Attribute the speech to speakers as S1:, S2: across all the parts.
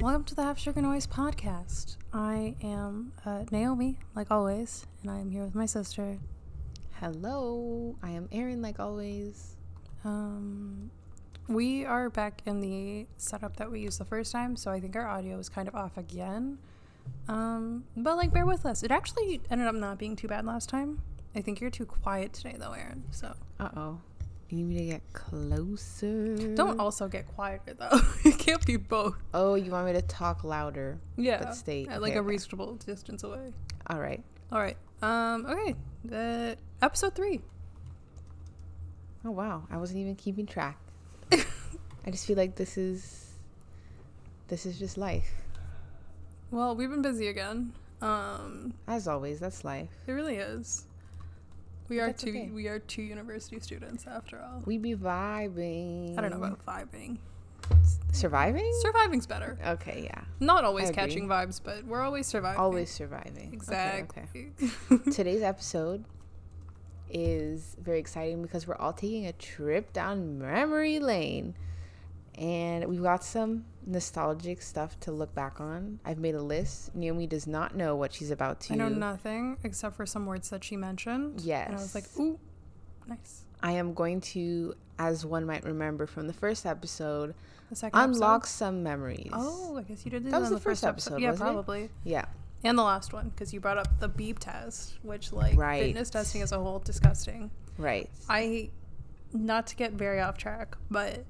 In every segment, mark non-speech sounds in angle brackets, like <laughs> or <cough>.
S1: Welcome to the Half Sugar Noise podcast. I am uh, Naomi, like always, and I am here with my sister.
S2: Hello, I am Erin, like always.
S1: Um, we are back in the setup that we used the first time, so I think our audio is kind of off again. Um, but like, bear with us. It actually ended up not being too bad last time. I think you're too quiet today, though, Aaron. So
S2: Uh oh. You need me to get closer.
S1: don't also get quieter though. <laughs> it can't be both.
S2: Oh, you want me to talk louder?
S1: Yeah,
S2: But stay
S1: at like
S2: okay,
S1: a
S2: okay.
S1: reasonable distance away.
S2: All right.
S1: All right. Um. Okay. Uh, episode three.
S2: Oh, wow. I wasn't even
S1: <laughs>
S2: keeping track. I just feel like this is. This is just life.
S1: Well, we've been busy again. Um,
S2: As always, that's life.
S1: it really is. We
S2: But
S1: are
S2: that's
S1: two.
S2: okay.
S1: We are two university students after all.
S2: We be vibing.
S1: I don't know about vibing.
S2: Surviving?
S1: Surviving's better.
S2: okay, yeah.
S1: Not always
S2: I agree.
S1: catching vibes, but we're always surviving.
S2: Always surviving.
S1: Exactly.
S2: Okay, <laughs> okay. Today's episode is very exciting because we're all taking a trip down memory lane. And we've got some nostalgic stuff to look back on. I've made a list. Naomi does not know what she's about to.
S1: I know nothing except for some words that she mentioned. And I was like,
S2: Yes.
S1: ooh, nice.
S2: I am going to, as one might remember from the first episode,
S1: The second episode.
S2: unlock some memories.
S1: Oh, I guess you did do
S2: That was
S1: on
S2: the first episode,
S1: Yeah,
S2: wasn't it?
S1: probably.
S2: Yeah.
S1: And the last one, because you brought up the beep test, which like
S2: Right.
S1: fitness testing as a whole, disgusting.
S2: Right.
S1: I, not to get very off track, but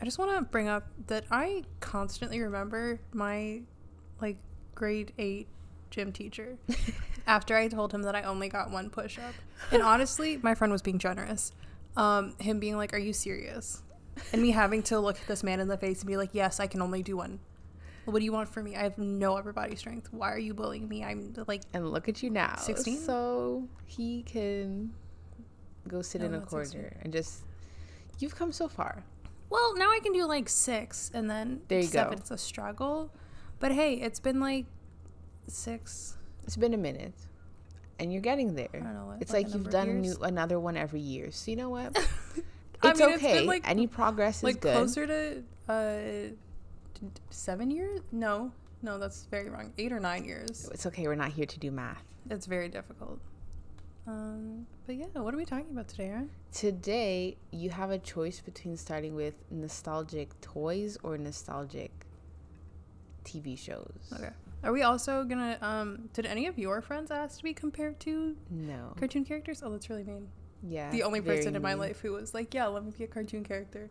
S1: I just want to bring up that I constantly remember my like grade eight gym teacher after I told him that I only got one push up. And honestly, my friend was being generous. Um, him being like, Are you serious? And me having to look this man in the face and be like, Yes, I can only do one. What do you want from me? I have no upper body strength. Why are you bullying me? I'm like,
S2: And look at you now.
S1: 16?
S2: So he can go sit
S1: No,
S2: in a
S1: not
S2: corner
S1: 16.
S2: and just. You've come so far.
S1: Well, now I can do like six, and then
S2: There you
S1: seven.
S2: go.
S1: It's a struggle, but hey, it's been like six.
S2: It's been a minute, and you're getting there.
S1: don't know what-
S2: it's
S1: like
S2: like,
S1: a number
S2: you've
S1: of
S2: done a new,
S1: years?
S2: another one every year. So you know what? It's
S1: <laughs> I mean,
S2: okay.
S1: it's been like
S2: Any progress is
S1: like
S2: good.
S1: closer to uh d- d- seven years. No, no, that's very wrong. Eight or nine years.
S2: It's okay. We're not here to do math
S1: It's very difficult. Um, but yeah, what are we talking about today, Aaron?
S2: today. You have a choice between starting with nostalgic toys or nostalgic TV shows.
S1: Okay. Are we also gonna um? Did any of your friends ask to be compared to
S2: No.
S1: cartoon characters? Oh, that's really mean.
S2: Yeah.
S1: the only
S2: very
S1: person in my
S2: mean.
S1: life who was like, "Yeah, let me be a cartoon character."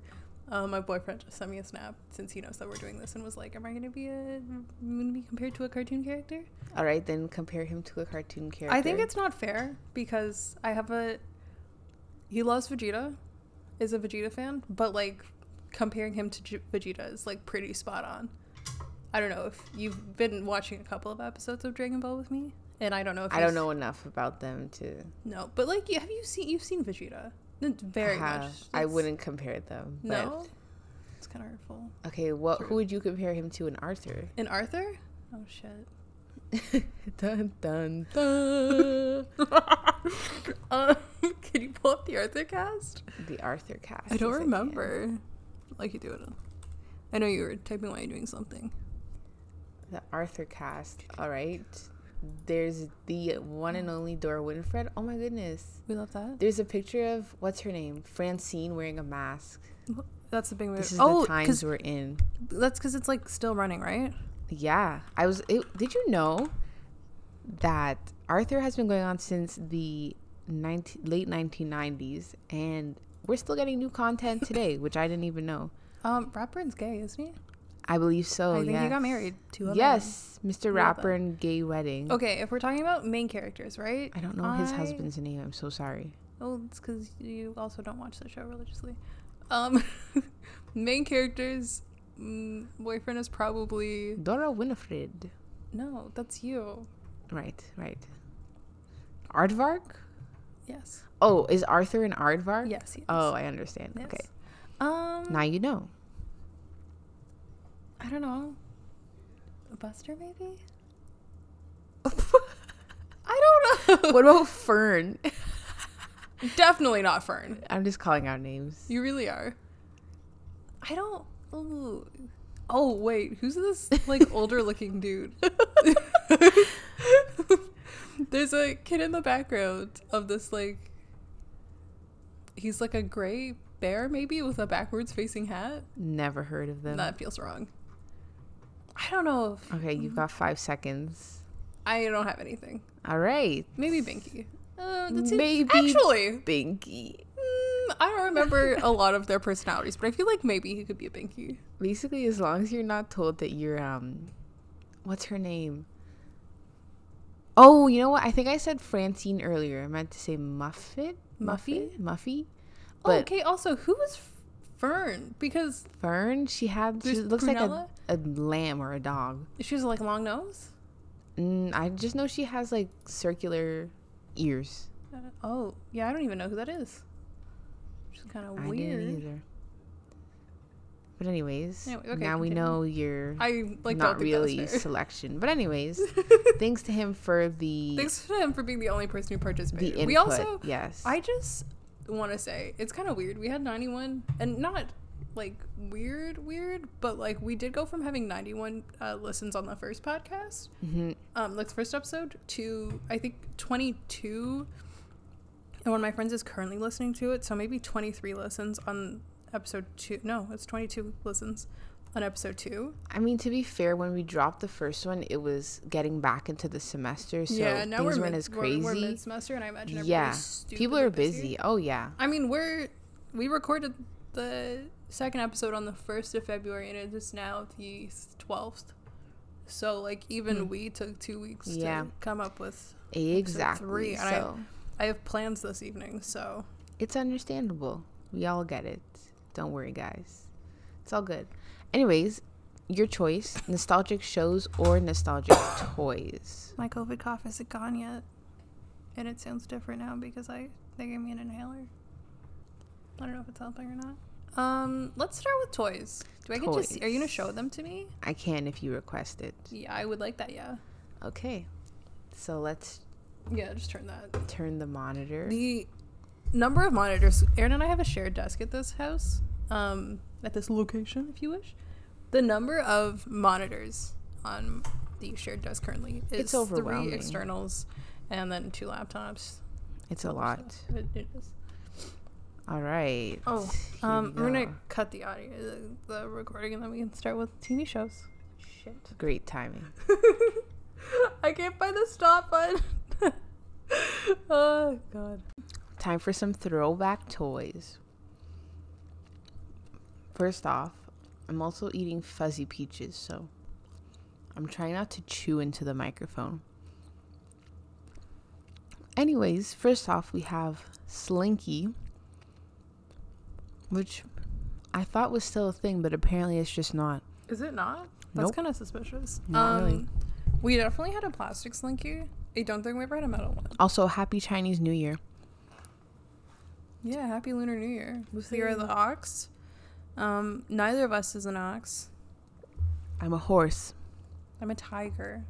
S1: Uh, my boyfriend just sent me a snap since he knows that we're doing this, and was like, "Am I gonna be a am I gonna be compared to a cartoon character?"
S2: All right, then compare him to a cartoon character.
S1: I think it's not fair because I have a he loves Vegeta, is a Vegeta fan, but like comparing him to J- Vegeta is like pretty spot on. I don't know if you've been watching a couple of episodes of Dragon Ball with me, and I don't know if
S2: I don't
S1: you've-
S2: know enough about them to
S1: No, but like, you- have you seen you've seen Vegeta? Very
S2: have.
S1: much.
S2: I
S1: That's-
S2: wouldn't compare them. But
S1: No. It's kind of hurtful.
S2: Okay, what?
S1: True.
S2: Who would you compare him to in Arthur?
S1: <laughs> And Arthur? Oh, shit.
S2: dun dun dun.
S1: <laughs> Um, can you pull up the Arthur cast?
S2: <laughs> the Arthur cast.
S1: I don't
S2: yes, can.
S1: remember. like you do it. On. I know you were typing while you're doing something.
S2: The Arthur cast. All right. There's the one and only Dora Winfred. Oh my goodness.
S1: We love that.
S2: There's a picture of what's her name, Francine, wearing a mask.
S1: That's the big
S2: This
S1: move.
S2: is
S1: Oh,
S2: the times
S1: because
S2: we're in.
S1: that's because it's like still running, right?
S2: Yeah, I was. It, did you know that Arthur has been going on since the 19, late 1990s, and we're still getting new content
S1: <laughs>
S2: today, which I didn't even know.
S1: Um, Rapburn's gay, isn't he?
S2: I believe so.
S1: I think he
S2: yes.
S1: got married to a man.
S2: Yes, Mr.
S1: that.
S2: Rapper and gay wedding.
S1: Okay, if we're talking about main characters, right?
S2: I don't know his
S1: I-
S2: husband's name. I'm so sorry.
S1: Oh, it's because you also don't watch the show religiously. Um, <laughs> main characters. Mm, boyfriend is probably
S2: Dora Winifred.
S1: no. That's you.
S2: Right, right. Aardvark?
S1: Yes.
S2: Oh, is Arthur an Aardvark?
S1: Yes. yes.
S2: Oh, I understand.
S1: Yes.
S2: Okay.
S1: Um,
S2: Now
S1: <laughs>
S2: you know.
S1: I don't know. Buster,
S2: <laughs>
S1: maybe. I don't know.
S2: what about Fern?
S1: Definitely not Fern. <laughs>
S2: I'm just calling out names.
S1: You really are. I don't. Ooh. oh wait, who's this
S2: <laughs>
S1: like older looking dude? <laughs> There's a kid in the background of this like he's like a gray bear maybe with a backwards facing hat.
S2: Never heard of them.
S1: That feels wrong. I don't know if <laughs>
S2: Okay, you've got five seconds.
S1: I don't have anything.
S2: All right.
S1: Maybe Binky. Uh, that seems-
S2: Maybe-
S1: actually,
S2: Binky.
S1: mm, I don't <laughs> remember a lot of their personalities, but I feel like maybe he could be a Binky.
S2: Basically, as long as you're not told that you're um, what's her name? Oh, you know what? I think I said Francine earlier. I meant to say Muffet,
S1: Muffy?
S2: Muffet? Muffy.
S1: Oh,
S2: But
S1: okay. Also, who was F- Fern? Because
S2: Fern, she had she
S1: There's
S2: looks
S1: Prunella?
S2: like a, a lamb or a dog.
S1: she's like long nose.
S2: Mm, I just know she has like circular ears.
S1: I don't- Oh, yeah. I don't even know who that is. She's kind of
S2: I didn't
S1: weird.
S2: either. But anyways,
S1: Anyway, okay,
S2: now we
S1: continue.
S2: know your
S1: I like don't
S2: not
S1: think that was <laughs>
S2: really
S1: fair.
S2: selection. But anyways,
S1: <laughs>
S2: thanks to him for the
S1: Thanks to him for being the only person who
S2: the
S1: participated.
S2: input.
S1: We also,
S2: yes,
S1: I just want to say it's kind of weird. We had 91, and not like weird, weird, but like we did go from having 91 uh, listens on the first podcast
S2: Mhm.
S1: um like first episode to I think 22 and one of my friends is currently listening to it so maybe 23 listens on episode 2 no it's 22 listens on episode 2
S2: I mean to be fair, when we dropped the first one, it was getting back into the semester, so
S1: yeah now
S2: things
S1: we're,
S2: weren't
S1: mid-
S2: as
S1: we're-
S2: crazy.
S1: we're, mid-semester and I imagine
S2: yeah,
S1: everybody's
S2: people
S1: stupidly
S2: are busy. Oh yeah,
S1: I mean we're we recorded the second episode on the 1st of February and it is now the 12th so like even we took 2 weeks
S2: Hmm. Yeah.
S1: to come up with
S2: exactly.
S1: three, and I-
S2: so
S1: I have plans this evening so
S2: it's understandable. We all get it. Don't worry, guys. It's all good. Anyways, your choice: nostalgic shows or nostalgic toys.
S1: My COVID cough isn't gone yet. And it sounds different now because I they gave me an inhaler. I don't know if it's helping or not. Um, let's start with toys. Do I get to see, are you gonna
S2: Toys.
S1: show them to me?
S2: I can if you request it.
S1: Yeah, I would like that, yeah.
S2: Okay, so let's
S1: Yeah, just turn that.
S2: turn the monitor.
S1: The number of monitors Aaron and I have a shared desk at this house. Um, at this location, if you wish. The number of monitors on the shared desk currently is
S2: It's overwhelming.
S1: three externals and then two laptops.
S2: It's a lot.
S1: It, it is.
S2: All right.
S1: Oh,
S2: Here
S1: Um,
S2: we
S1: we're gonna
S2: go.
S1: cut the audio, the, the recording, and then we can start with TV shows. Shit,
S2: Great timing.
S1: I can't find the stop button. <laughs> oh god.
S2: Time for some throwback toys. First off, I'm also eating fuzzy peaches, so I'm trying not to chew into the microphone. Anyways, first off, we have Slinky, which I thought was still a thing, but apparently it's just not.
S1: Is it not? That's
S2: Nope.
S1: kind of suspicious. Um,
S2: Not really.
S1: We definitely had a plastic slinky. I don't think we ever had a metal one.
S2: Also, happy Chinese New Year.
S1: Yeah, happy Lunar New Year.
S2: Woohoo.
S1: We are the ox. Um, neither of us is an ox.
S2: I'm a horse.
S1: I'm a tiger.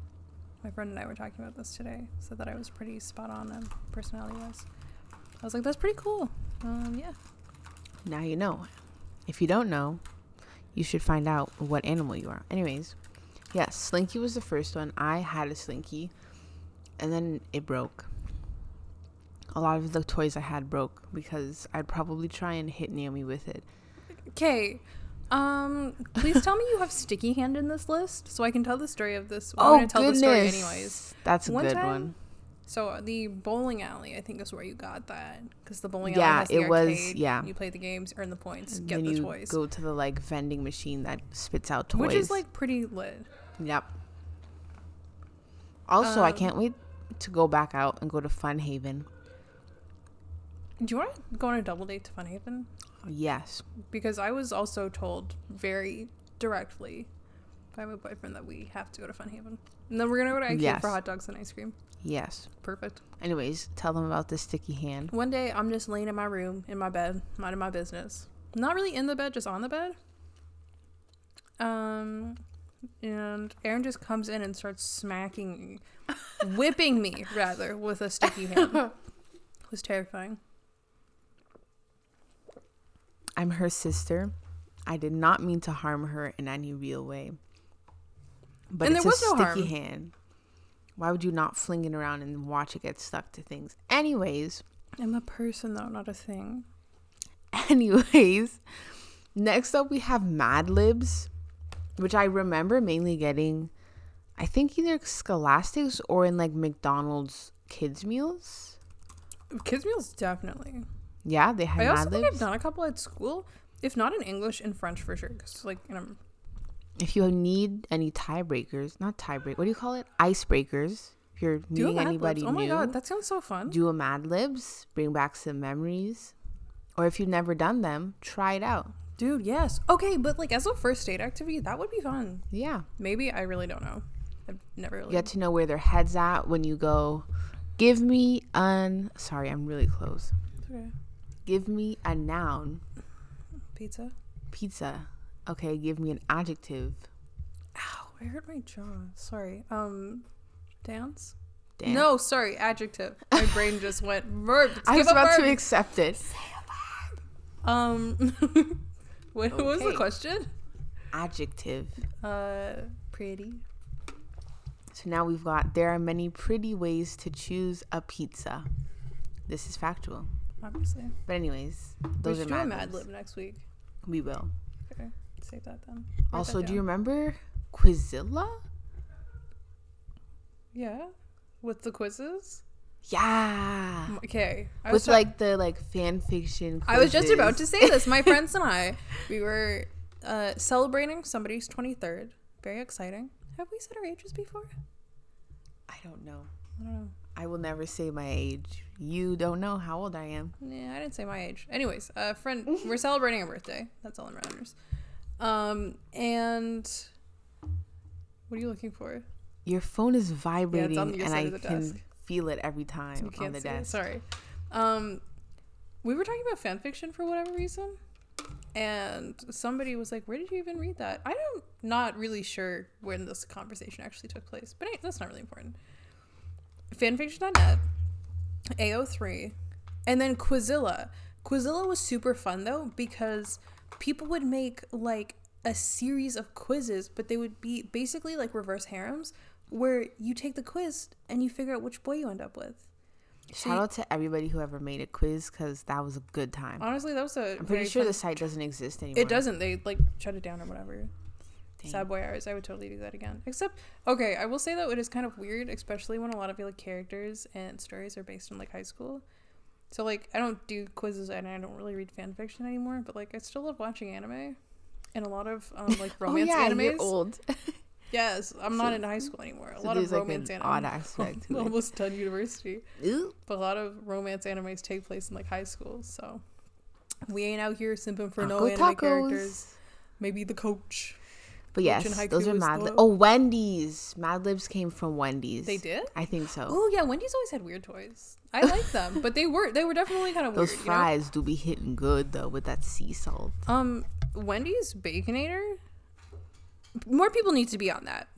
S1: My friend and I were talking about this today. Said that I was pretty spot on um, personality wise. I was like, that's pretty cool. Um, yeah.
S2: Now you know. If you don't know, you should find out what animal you are. Anyways, yes, Slinky was the first one. I had a Slinky, and then it broke. A lot of the toys I had broke because I'd probably try and hit Naomi with it.
S1: Okay. Um, please tell me you have sticky hand in this list so I can tell the story of this. I'm
S2: oh
S1: gonna tell
S2: goodness!
S1: the story anyways.
S2: That's a
S1: One
S2: good
S1: time-
S2: one.
S1: So uh, the bowling alley, I think, is where you got that because the bowling alley.
S2: Yeah,
S1: has the
S2: it was-
S1: arcade.
S2: yeah.
S1: You play the games, earn the points,
S2: And
S1: get
S2: then
S1: the
S2: you
S1: toys,
S2: go to the like vending machine that spits out toys,
S1: which is like pretty lit.
S2: yep. Also, I
S1: Um,
S2: can't wait to go back out and go to Fun Haven.
S1: Do you want to go on a double date to Funhaven?
S2: Yes,
S1: Because I was also told very directly by my boyfriend that we have to go to Funhaven, and then we're gonna go to IKEA
S2: Yes.
S1: for hot dogs and ice cream.
S2: yes.
S1: Perfect.
S2: Anyways, tell them about the sticky hand.
S1: One day, I'm just laying in my room, in my bed, minding my business. Not really in the bed, just on the bed. Um, and Aaron just comes in and starts smacking me, whipping me rather, with a
S2: <laughs>
S1: sticky hand. It was terrifying.
S2: I'm her sister. I did not mean to harm her in any real way. But
S1: And
S2: it's
S1: there
S2: a
S1: was no
S2: sticky
S1: harm.
S2: hand. Why would you not fling it around and watch it get stuck to things? Anyways, <laughs>
S1: I'm a person though, not a thing.
S2: Anyways, next up we have Mad Libs, which I remember mainly getting, I think either Scholastics or in like McDonald's kids meals.
S1: Kids meals definitely.
S2: Yeah, they had
S1: I also
S2: Mad
S1: think I've
S2: Libs.
S1: done a couple at school, if not in English, in French for sure. Because like, in a-
S2: If you need any tiebreakers, not tiebreak, what do you call it? Icebreakers. If you're
S1: do a
S2: meeting
S1: Mad
S2: anybody
S1: Libs. Oh my
S2: new,
S1: god, that sounds so fun.
S2: do a Mad Libs, bring back some memories. Or if you've never done them, try it out.
S1: Dude, yes. Okay, but like as a first aid activity, that would be fun.
S2: Yeah.
S1: Maybe I really don't know. I've never really.
S2: get to know where their heads at when you go give me an sorry i'm really close
S1: Okay.
S2: give me a noun
S1: Pizza.
S2: pizza okay give me an adjective
S1: Ow! I hurt my jaw. Sorry. Um, dance.
S2: Damn.
S1: No, sorry. Adjective. My brain just went verb. Let's
S2: <laughs> i
S1: give
S2: was
S1: a
S2: about to
S1: verb.
S2: accept it
S1: um, <laughs> what, what was the
S2: Okay.
S1: question?
S2: adjective
S1: Uh, pretty.
S2: so now we've got there are many pretty ways to choose a pizza this is factual
S1: Obviously.
S2: but anyways
S1: we
S2: those
S1: should
S2: are
S1: do
S2: mad,
S1: a Mad
S2: Libs.
S1: Lib next week.
S2: we will
S1: Okay. Save that then. Write that
S2: also do
S1: down.
S2: you remember quizilla
S1: Yeah. With the quizzes.
S2: yeah
S1: Okay. Mm, I was
S2: with
S1: ta-
S2: like the like fan fiction
S1: I was just about
S2: quizzes.
S1: to say this. My friends and I, we were uh, celebrating somebody's 23rd. Very exciting. Have we said our ages before?
S2: i don't know
S1: I don't know.
S2: I will never say my age. You don't know how old I am.
S1: Yeah, I didn't say my age. Anyways, a friend, we're celebrating a birthday. That's all that matters. Um, and what are you looking for?
S2: Your phone is vibrating
S1: on your
S2: and
S1: side
S2: I
S1: of the
S2: can
S1: desk.
S2: feel it every time
S1: You
S2: on
S1: can't
S2: the
S1: see it.
S2: desk.
S1: Sorry. Um, we were talking about fan fiction for whatever reason, and somebody was like, "Where did you even read that?" I don't, not really sure when this conversation actually took place, but it- that's not really important. Fanfiction.net, AO3, and then Quizilla. Quizilla was super fun though because people would make like a series of quizzes, but they would be basically like reverse harems, where you take the quiz and you figure out which boy you end up with.
S2: Shout out to everybody who ever made a quiz because that was a good time.
S1: Honestly, that was a.
S2: I'm pretty sure the site doesn't exist anymore.
S1: It doesn't. They like shut it down or whatever.
S2: Dang.
S1: Sad boy hours. I would totally do that again. Except, okay, I will say though, it is kind of weird, especially when a lot of like characters and stories are based in like high school. So like, I don't do quizzes and I don't really read fan fiction anymore. But like, I still love watching anime, and a lot of
S2: <laughs>
S1: um, like romance
S2: oh, yeah,
S1: animes.
S2: You're old.
S1: Yes, I'm
S2: So-
S1: not in high school anymore. A
S2: So
S1: lot
S2: there's
S1: of
S2: like an
S1: romance
S2: odd
S1: anime.
S2: aspect
S1: <laughs> I'm
S2: to
S1: almost done university.
S2: it. Ooh.
S1: But a lot of romance animes take place in like high school, so we ain't out here simping for no
S2: Taco
S1: anime
S2: tacos.
S1: characters. Maybe the coach.
S2: But
S1: Which in
S2: yes,
S1: haiku
S2: those are
S1: is
S2: Mad
S1: the-
S2: Libs. Oh, Wendy's. Mad Libs came from Wendy's.
S1: They did?
S2: I think so.
S1: Oh yeah, Wendy's always had weird toys.
S2: <laughs>
S1: I like them, but they were they were definitely kind of weird.
S2: Those fries do be hitting good though with that sea salt.
S1: You know? Um, Wendy's Baconator. More people need to be on that.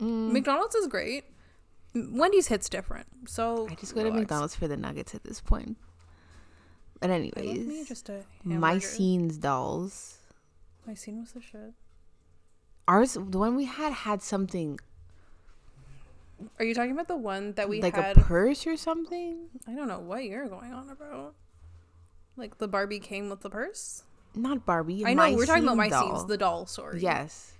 S2: Mm.
S1: McDonald's is great. M- Wendy's hits different. So
S2: I just go to
S1: relax.
S2: McDonald's for the nuggets at this point. But
S1: I love me
S2: anyways,
S1: just a
S2: my
S1: hamburger.
S2: scenes dolls.
S1: My scene was the shit.
S2: Ours, the one we had had something
S1: Are you talking about the one that we
S2: like
S1: had?
S2: a purse or something.
S1: I don't know what you're going on about. Like the Barbie came with the purse.
S2: Not Barbie.
S1: I know we're talking about
S2: scene
S1: my
S2: doll.
S1: scenes, the doll story.
S2: yes,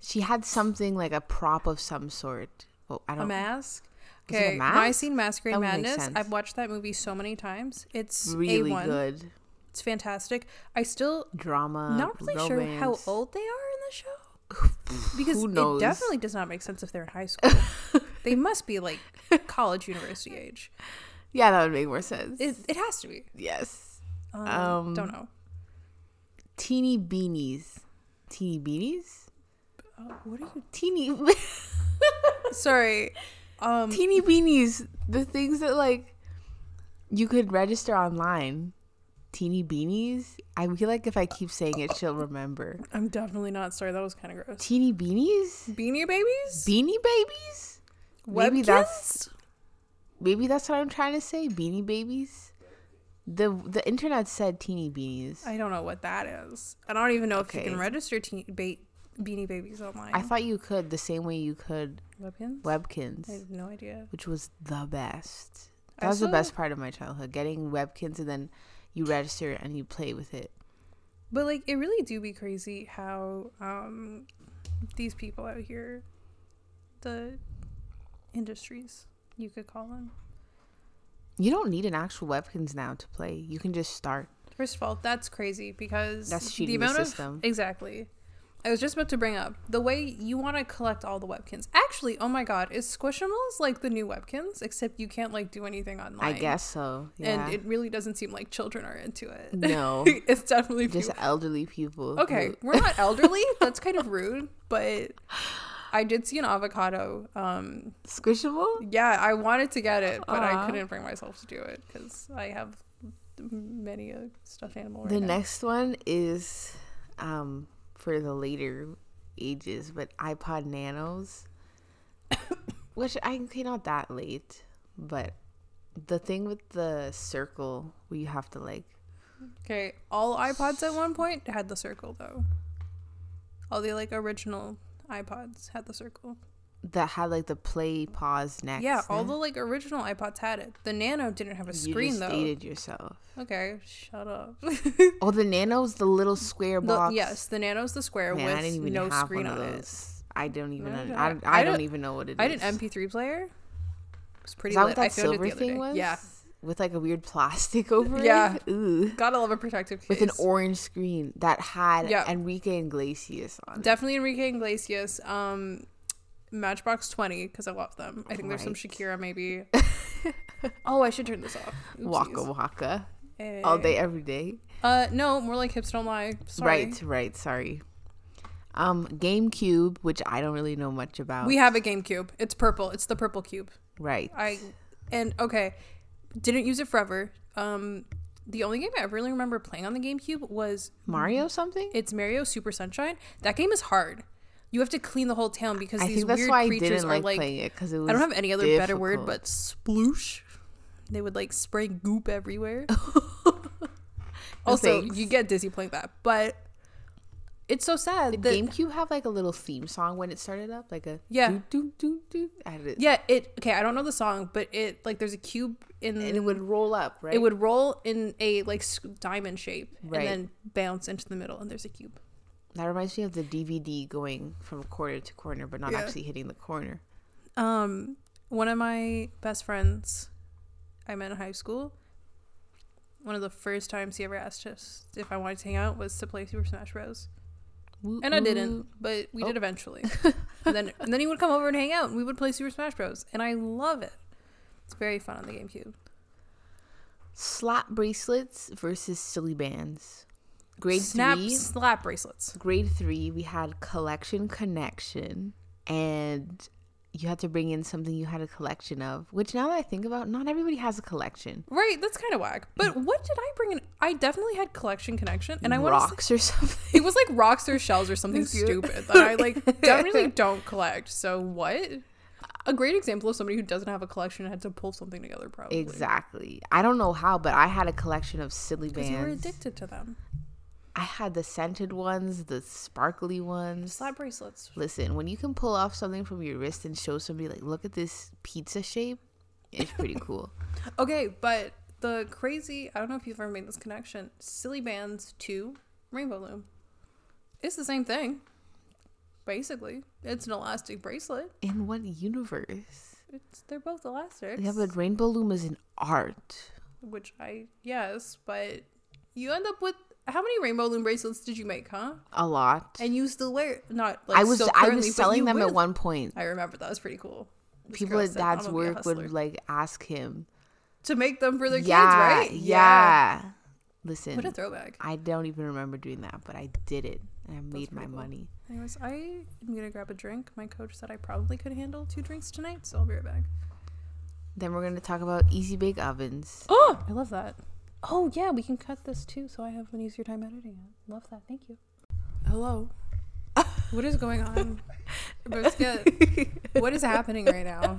S2: she had something like a prop of some sort. Oh, I
S1: a
S2: don't
S1: mask.
S2: Is it a
S1: Okay, my
S2: mask?
S1: scene Masquerade
S2: That would make
S1: Madness.
S2: sense.
S1: I've watched that movie so many times. It's
S2: really
S1: A1.
S2: good
S1: It's fantastic. I still
S2: drama.
S1: not really sure how
S2: romance.
S1: old they are in the
S2: <sighs>
S1: show because
S2: Who
S1: it
S2: knows?
S1: definitely does not make sense if they're in high
S2: <laughs>
S1: school. they must be like college, university age.
S2: Yeah, that would make more sense.
S1: It, it has to be.
S2: yes,
S1: Um,
S2: Um,
S1: don't know.
S2: teeny beanies, teeny beanies,
S1: Uh, what are you?
S2: teeny. <laughs>
S1: Sorry. Um,
S2: teeny beanies the things that like you could register online teeny beanies i feel like if i keep saying it she'll remember
S1: I'm definitely not sorry. That was kind of gross.
S2: teeny beanies
S1: Beanie Babies.
S2: beanie babies maybe
S1: Webkins?
S2: that's- maybe that's what i'm trying to say beanie babies The the internet said teeny beanies. I,
S1: I don't know what that is. I don't even know if
S2: Okay.
S1: you can register teen ba- Beanie Babies online.
S2: thought you could the same way you could
S1: Webkins? I
S2: Webkins,
S1: have no idea.
S2: which was the best.
S1: I
S2: That was the
S1: saw-
S2: best part of my childhood. Getting Webkins and then you register and you play with it.
S1: But like, it really do be crazy how um these people out here, the industries you could call them.
S2: You don't need an actual Webkins now to play. You can just start.
S1: First of all, that's crazy because
S2: That's cheating the, system.
S1: of exactly. I was just about to bring up the way you want to collect all the webkins. Actually, oh my god, is Squishmallows like the new webkins? Except you can't like do anything
S2: I
S1: online.
S2: guess so. Yeah.
S1: And it really doesn't seem like children are into it.
S2: no,
S1: <laughs> it's definitely
S2: just
S1: people-
S2: elderly people.
S1: okay.
S2: who-
S1: We're
S2: <laughs>
S1: not elderly. That's kind of rude, but I did see an avocado. Um,
S2: Squishable?
S1: yeah, I wanted to get it, but
S2: Aw.
S1: I couldn't bring myself to do it because I have many a stuffed animal. Right
S2: The
S1: now.
S2: next one is um for the later ages, but iPod Nanos, <coughs> which I okay, not that late, but the thing with the circle where you have to like
S1: Okay, all iPods at one point had the circle though. All the like original iPods had the circle.
S2: that had like the play pause next.
S1: yeah, all the like original iPods had it. The Nano didn't have a
S2: you
S1: screen
S2: just
S1: though.
S2: dated yourself.
S1: Okay, shut up. <laughs>
S2: Oh, the Nanos, the little square
S1: The,
S2: box.
S1: yes, the Nano's the square
S2: Man,
S1: with
S2: I didn't even
S1: no
S2: have
S1: screen
S2: one
S1: on
S2: of
S1: it.
S2: those. I don't even.
S1: No,
S2: un-
S1: no,
S2: I, don't,
S1: I
S2: I don't
S1: don't-
S2: even know what it is.
S1: I had an MP3 player. It was
S2: Is
S1: pretty
S2: that
S1: lit.
S2: what
S1: I
S2: that
S1: found it
S2: silver
S1: the other
S2: thing
S1: day.
S2: was?
S1: Yeah,
S2: With like a weird plastic <laughs> over
S1: Yeah.
S2: it. Ooh.
S1: gotta love a protective case.
S2: With an orange screen that had
S1: Yeah.
S2: Enrique Iglesias on it.
S1: Definitely Enrique Iglesias. Um, Matchbox Twenty because I love them. I think there's some
S2: Right.
S1: Shakira
S2: <laughs>
S1: maybe. oh, I should turn this off.
S2: Waka
S1: Oopsies.
S2: waka. All
S1: Eh.
S2: day, every day.
S1: Uh, no, more like hips don't lie. Sorry.
S2: Right, right. Sorry. Um, GameCube, which I don't really know much about.
S1: We have a GameCube. It's purple. It's the purple cube.
S2: right.
S1: I and okay, didn't use it forever. Um, the only game I ever really remember playing on the GameCube was
S2: Mario something?
S1: it's Mario Super Sunshine. That game is hard. You have to clean the whole town because
S2: I
S1: these
S2: think that's
S1: weird
S2: why I
S1: creatures
S2: didn't like,
S1: are like
S2: playing it because it was.
S1: I don't have any other better word
S2: difficult.
S1: but sploosh. They would like spray goop
S2: <laughs>
S1: everywhere. <laughs> also,
S2: thanks.
S1: you get dizzy playing that, but it's so sad that
S2: GameCube have like a little theme song when it started up, like a
S1: Yeah.
S2: doo doo doo doo. At it,
S1: Yeah, it okay, I don't know the song, but it like there's a cube in
S2: and it would roll up, right?
S1: it would roll in a like s- diamond shape
S2: Right.
S1: and then bounce into the middle and there's a cube.
S2: That reminds me of the DVD going from corner to corner, but not
S1: Yeah.
S2: actually hitting the corner.
S1: Um one of my best friends I met in high school one of the first times he ever asked us if I wanted to hang out was to play Super Smash Bros.
S2: Woo,
S1: And I didn't,
S2: woo.
S1: but we
S2: Oh.
S1: did
S2: <laughs>
S1: eventually. and then and then he would come over and hang out and we would play Super Smash Bros. And I love it. It's very fun on the GameCube.
S2: Slap bracelets versus silly bands. Grade
S1: Snap
S2: three.
S1: slap bracelets.
S2: Grade three, we had collection connection, and you had to bring in something you had a collection of. Which now that I think about, not everybody has a collection.
S1: Right, that's kind of whack.
S2: Hmm.
S1: But what did I bring in? I definitely had collection connection, and I want to.
S2: Rocks or
S1: <laughs>
S2: something.
S1: It was like rocks or shells or something
S2: Thank you.
S1: stupid that I
S2: <laughs>
S1: like definitely don't collect. So what? A great example of somebody who doesn't have a collection had to pull something together. Probably
S2: Exactly. I don't know how, but I had a collection of silly
S1: because you were
S2: bands.
S1: addicted to them.
S2: I had the scented ones, the sparkly ones.
S1: Slap bracelets.
S2: Listen, when you can pull off something from your wrist and show somebody, like, look at this pizza shape, it's pretty
S1: <laughs>
S2: cool.
S1: Okay, but the crazy. I don't know if you've ever made this connection. Silly bands to Rainbow Loom. It's the same thing. Basically, it's an elastic bracelet.
S2: In what universe?
S1: It's they're both elastics.
S2: Yeah, but Rainbow Loom is an art.
S1: which I yes, but you end up with how many rainbow loom bracelets did you make, huh?
S2: A lot.
S1: And you still wear not like
S2: I was
S1: still
S2: I
S1: currently,
S2: was
S1: but
S2: selling
S1: you
S2: them at
S1: will.
S2: one point.
S1: I remember that was pretty cool. This
S2: People
S1: girl
S2: at
S1: said, "I'm
S2: dad's
S1: gonna be a
S2: work would
S1: hustler."
S2: like ask him.
S1: to make them for their
S2: yeah,
S1: kids, right?
S2: Yeah. Listen,
S1: What a throwback.
S2: I don't even remember doing that, but I did it and I made my
S1: pretty cool.
S2: money.
S1: Anyways, I am gonna grab a drink. My coach said I probably could handle two drinks tonight, so I'll be right
S2: <gasps>
S1: back.
S2: Then we're gonna talk about easy bake ovens.
S1: Oh, I love that. Oh yeah, we can cut this too, so I have an easier time editing it. Love that. Thank you. Hello. <laughs> what is going
S2: <laughs>
S1: on? We're about to get- what is happening right now?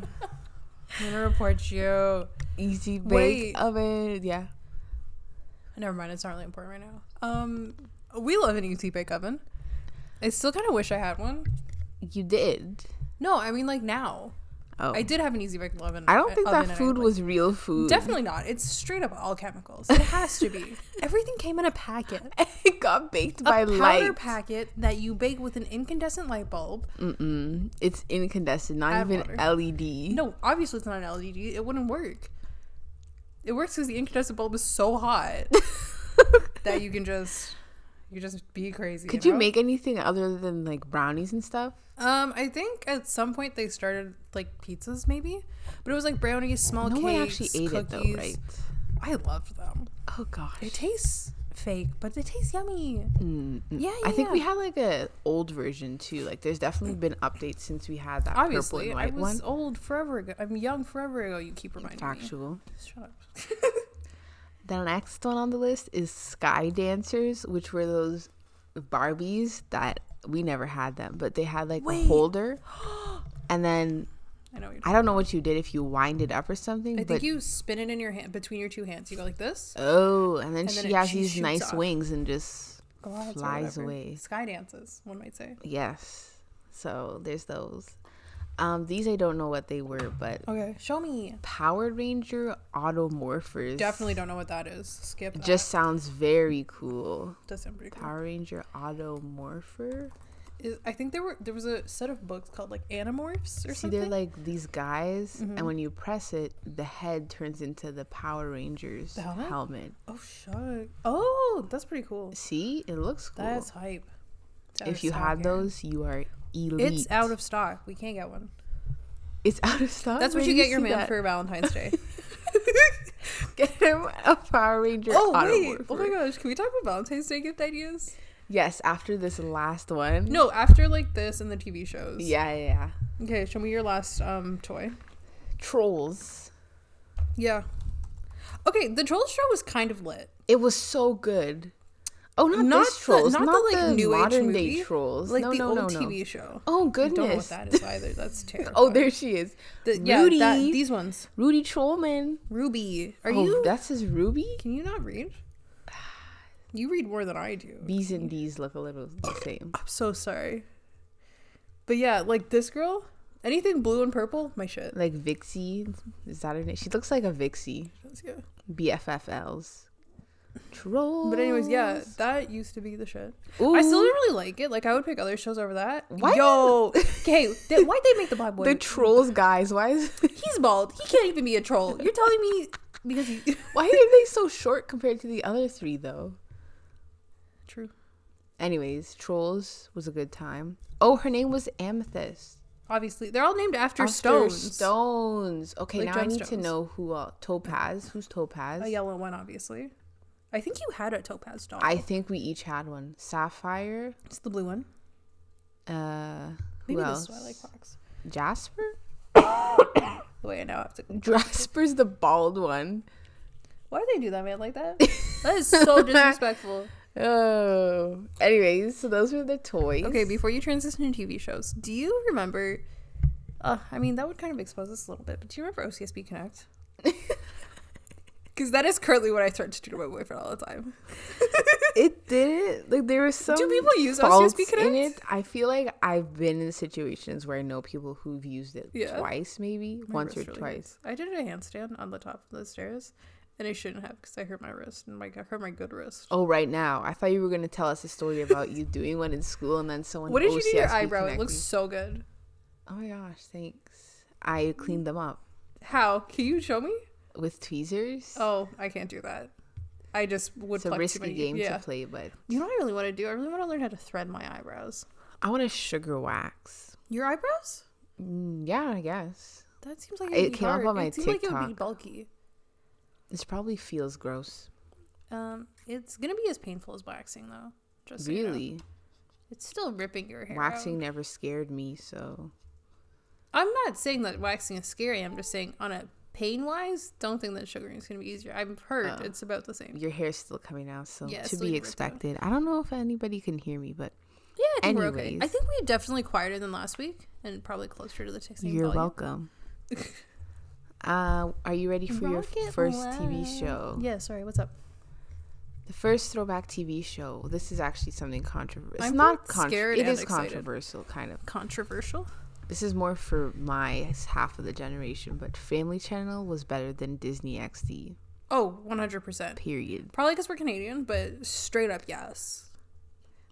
S1: I'm gonna report you.
S2: Easy bake
S1: Wait.
S2: oven, yeah.
S1: Never mind, it's not really important right now. Um, we love an easy bake oven. I still kind of wish I had one.
S2: You did.
S1: No, I mean like now.
S2: Oh.
S1: I did have an easy bake oven.
S2: I don't think
S1: oven
S2: that
S1: and I,
S2: food
S1: like,
S2: was real food.
S1: Definitely not. It's straight up all chemicals. It has to be. Everything came in a packet.
S2: <laughs> it got baked
S1: A
S2: by
S1: powder
S2: light.
S1: packet that you bake with an incandescent light bulb.
S2: Mm-mm. It's incandescent, not
S1: Add
S2: even E
S1: water.
S2: LED.
S1: No, obviously it's not an LED. It wouldn't work. It works because the incandescent bulb is so hot
S2: <laughs>
S1: that you can just you just be crazy.
S2: Could you
S1: know?
S2: make anything other than like brownies and stuff?
S1: Um, I think at some point they started like pizzas, maybe, but it was like brownies, small
S2: no
S1: cakes,
S2: one actually ate
S1: cookies.
S2: it though, right?
S1: I loved them.
S2: Oh gosh.
S1: It tastes fake, but it tastes yummy.
S2: Mm, mm.
S1: Yeah,
S2: I think
S1: yeah.
S2: we had like a old version too. Like there's definitely been updates since we had that purple
S1: Obviously,
S2: and
S1: I
S2: white
S1: was
S2: one.
S1: old forever ago. I'm young forever ago. You keep reminding
S2: Factual.
S1: me. Shut up.
S2: The next one on the list is Sky Dancers, which were those Barbies that we never had them, but they had like
S1: Wait.
S2: a holder. <gasps> And then
S1: I know what you're.
S2: I don't know what you did if you wind it up or something,
S1: I
S2: but
S1: think you spin it in your hand between your two hands. You go like this.
S2: oh, and then
S1: and then
S2: she
S1: it-
S2: has
S1: she
S2: these
S1: shoots
S2: nice
S1: off.
S2: wings and just
S1: Glides or
S2: flies
S1: whatever.
S2: away.
S1: Sky dances, one might say.
S2: Yes. So there's those. Um, these I don't know what they were, but
S1: Okay, show me.
S2: Power Ranger Automorphers
S1: Definitely don't know what that is. Skip. That.
S2: just sounds very cool.
S1: does sound pretty cool.
S2: Power Ranger Automorpher.
S1: is I think there were there was a set of books called like Animorphs or
S2: See,
S1: something. Mm-hmm.
S2: they're like these guys, and when you press it, the head turns into the Power Rangers
S1: The helmet?
S2: helmet.
S1: oh shut. Oh, that's pretty cool.
S2: See, it looks cool.
S1: That's hype. It's out
S2: if
S1: of
S2: you
S1: stock,
S2: had
S1: Aaron.
S2: those, you are elite.
S1: it's out of stock. We can't get one.
S2: It's out of stock.
S1: That's
S2: Where
S1: what
S2: do
S1: you get your
S2: see
S1: man
S2: that? <laughs>
S1: for Valentine's Day.
S2: Get him a Power Ranger.
S1: oh wait! Oh
S2: Automorpher.
S1: my gosh! Can we talk about Valentine's Day gift ideas?
S2: Yes, after this last one.
S1: No, after like this and the TV shows.
S2: Yeah, yeah, yeah.
S1: Okay, show me your last um toy.
S2: Trolls.
S1: Yeah. Okay, the Trolls show was kind of lit.
S2: It was so good. Oh, not,
S1: Not
S2: this
S1: the-
S2: trolls.
S1: not
S2: not,
S1: the, like,
S2: the
S1: new age
S2: modern day
S1: movie,
S2: trolls.
S1: Like
S2: no,
S1: the
S2: no,
S1: old
S2: no, no.
S1: TV show.
S2: Oh
S1: I
S2: goodness.
S1: Don't know what that is either.
S2: <laughs>
S1: That's terrible.
S2: oh, there she is.
S1: The, yeah, that-
S2: Rudy.
S1: these ones.
S2: Rudy Trollman.
S1: Ruby, are
S2: oh,
S1: you?
S2: That's his Ruby.
S1: Can you not read? You read more than I do.
S2: B's and D's look a little the same.
S1: I'm so sorry. But yeah, like this girl, anything blue and purple, my shit.
S2: Like Vixie. Is that her name? She looks like a Vixie.
S1: Yeah.
S2: BFFLs. Trolls.
S1: But anyways, yeah, that used to be the shit.
S2: Ooh,
S1: I still didn't really like it. Like I would pick other shows over that.
S2: Why <laughs>
S1: Yo, okay, th- why'd they make the black boy?
S2: the trolls guys. Why is <laughs>
S1: He's bald. He can't even be a troll. You're telling me because <laughs> he.
S2: why are they so short compared to the other three though?
S1: True.
S2: Anyways, Trolls was a good time. Oh, her name was Amethyst.
S1: Obviously, they're all named after,
S2: After
S1: stones.
S2: Stones. Okay,
S1: Like Oh,
S2: now I need to
S1: gemstones.
S2: know who all Topaz. Who's Topaz?
S1: A yellow one, obviously. I think you had a topaz doll.
S2: I think we each had one. Sapphire.
S1: it's the blue one.
S2: Uh, who
S1: Maybe
S2: else?
S1: this is why I like Fox.
S2: Jasper. <laughs>
S1: Wait, now I have to.
S2: Jasper's the bald one.
S1: Why do they do that, man, like
S2: <laughs>
S1: that? That is so disrespectful.
S2: Oh. Anyways, so those were the toys.
S1: Okay, before you transition to TV shows, do you remember? Uh, I mean, that would kind of expose us a little bit, but do you remember OCSB
S2: <laughs>
S1: Connect? Because that is currently what I threaten to do to my boyfriend all the time.
S2: It didn't like there was some.
S1: people use
S2: faults
S1: OCSB
S2: in
S1: Connect?
S2: it? I feel like I've been in situations where I know people who've used it
S1: Yeah.
S2: twice, maybe
S1: My
S2: once or
S1: wrist really
S2: twice.
S1: hurts. I did a handstand on the top of the stairs, and I shouldn't have because I hurt my wrist and my I hurt my good wrist.
S2: Oh, right now. I thought you were gonna tell us a story about you doing one in school and then someone. oh,
S1: what did you do to your
S2: OCSB
S1: eyebrow? It
S2: connect
S1: looks
S2: me.
S1: so good.
S2: Oh my gosh! Thanks. I cleaned them up
S1: How? Can you show me?
S2: with tweezers.
S1: Oh, I can't do that. I just would.
S2: it's a
S1: pluck too
S2: risky
S1: many-
S2: game
S1: Yeah.
S2: to play, but
S1: You know what I really want to do? I really want to learn how to thread my eyebrows.
S2: I want to sugar wax.
S1: Your eyebrows?
S2: Mm, yeah, I guess
S1: That seems like
S2: It
S1: it'd be
S2: came up
S1: hard.
S2: on my
S1: it seems like it would be
S2: TikTok.
S1: bulky.
S2: this probably feels gross.
S1: Um, it's gonna be as painful as waxing though. Just so you know.
S2: Really,
S1: it's still ripping your hair. out.
S2: waxing never scared me, so
S1: I'm not saying that waxing is scary. I'm just saying on a pain wise, don't think that sugaring is gonna be easier. I've heard
S2: Oh.
S1: it's about the same.
S2: your hair's still coming out, so
S1: Yeah,
S2: to
S1: so
S2: be
S1: you were too.
S2: expected. I don't know if anybody can hear me, but
S1: Yeah, I think we're okay.
S2: Anyways.
S1: I think we definitely quieter than last week and probably closer to the texting.
S2: you're
S1: volume.
S2: welcome.
S1: <laughs>
S2: uh, are you ready for your f-
S1: Rocket
S2: first TV
S1: Lab.
S2: show?
S1: Yeah, sorry, what's up?
S2: The first throwback TV show. This is actually something controversial. It's
S1: I'm
S2: not
S1: both scared
S2: controversial. It
S1: and
S2: is
S1: excited.
S2: controversial, kind of.
S1: Controversial.
S2: This is more for my half of the generation, but Family Channel was better than Disney XD.
S1: Oh, 100%.
S2: Period.
S1: Probably because we're Canadian, but straight up yes.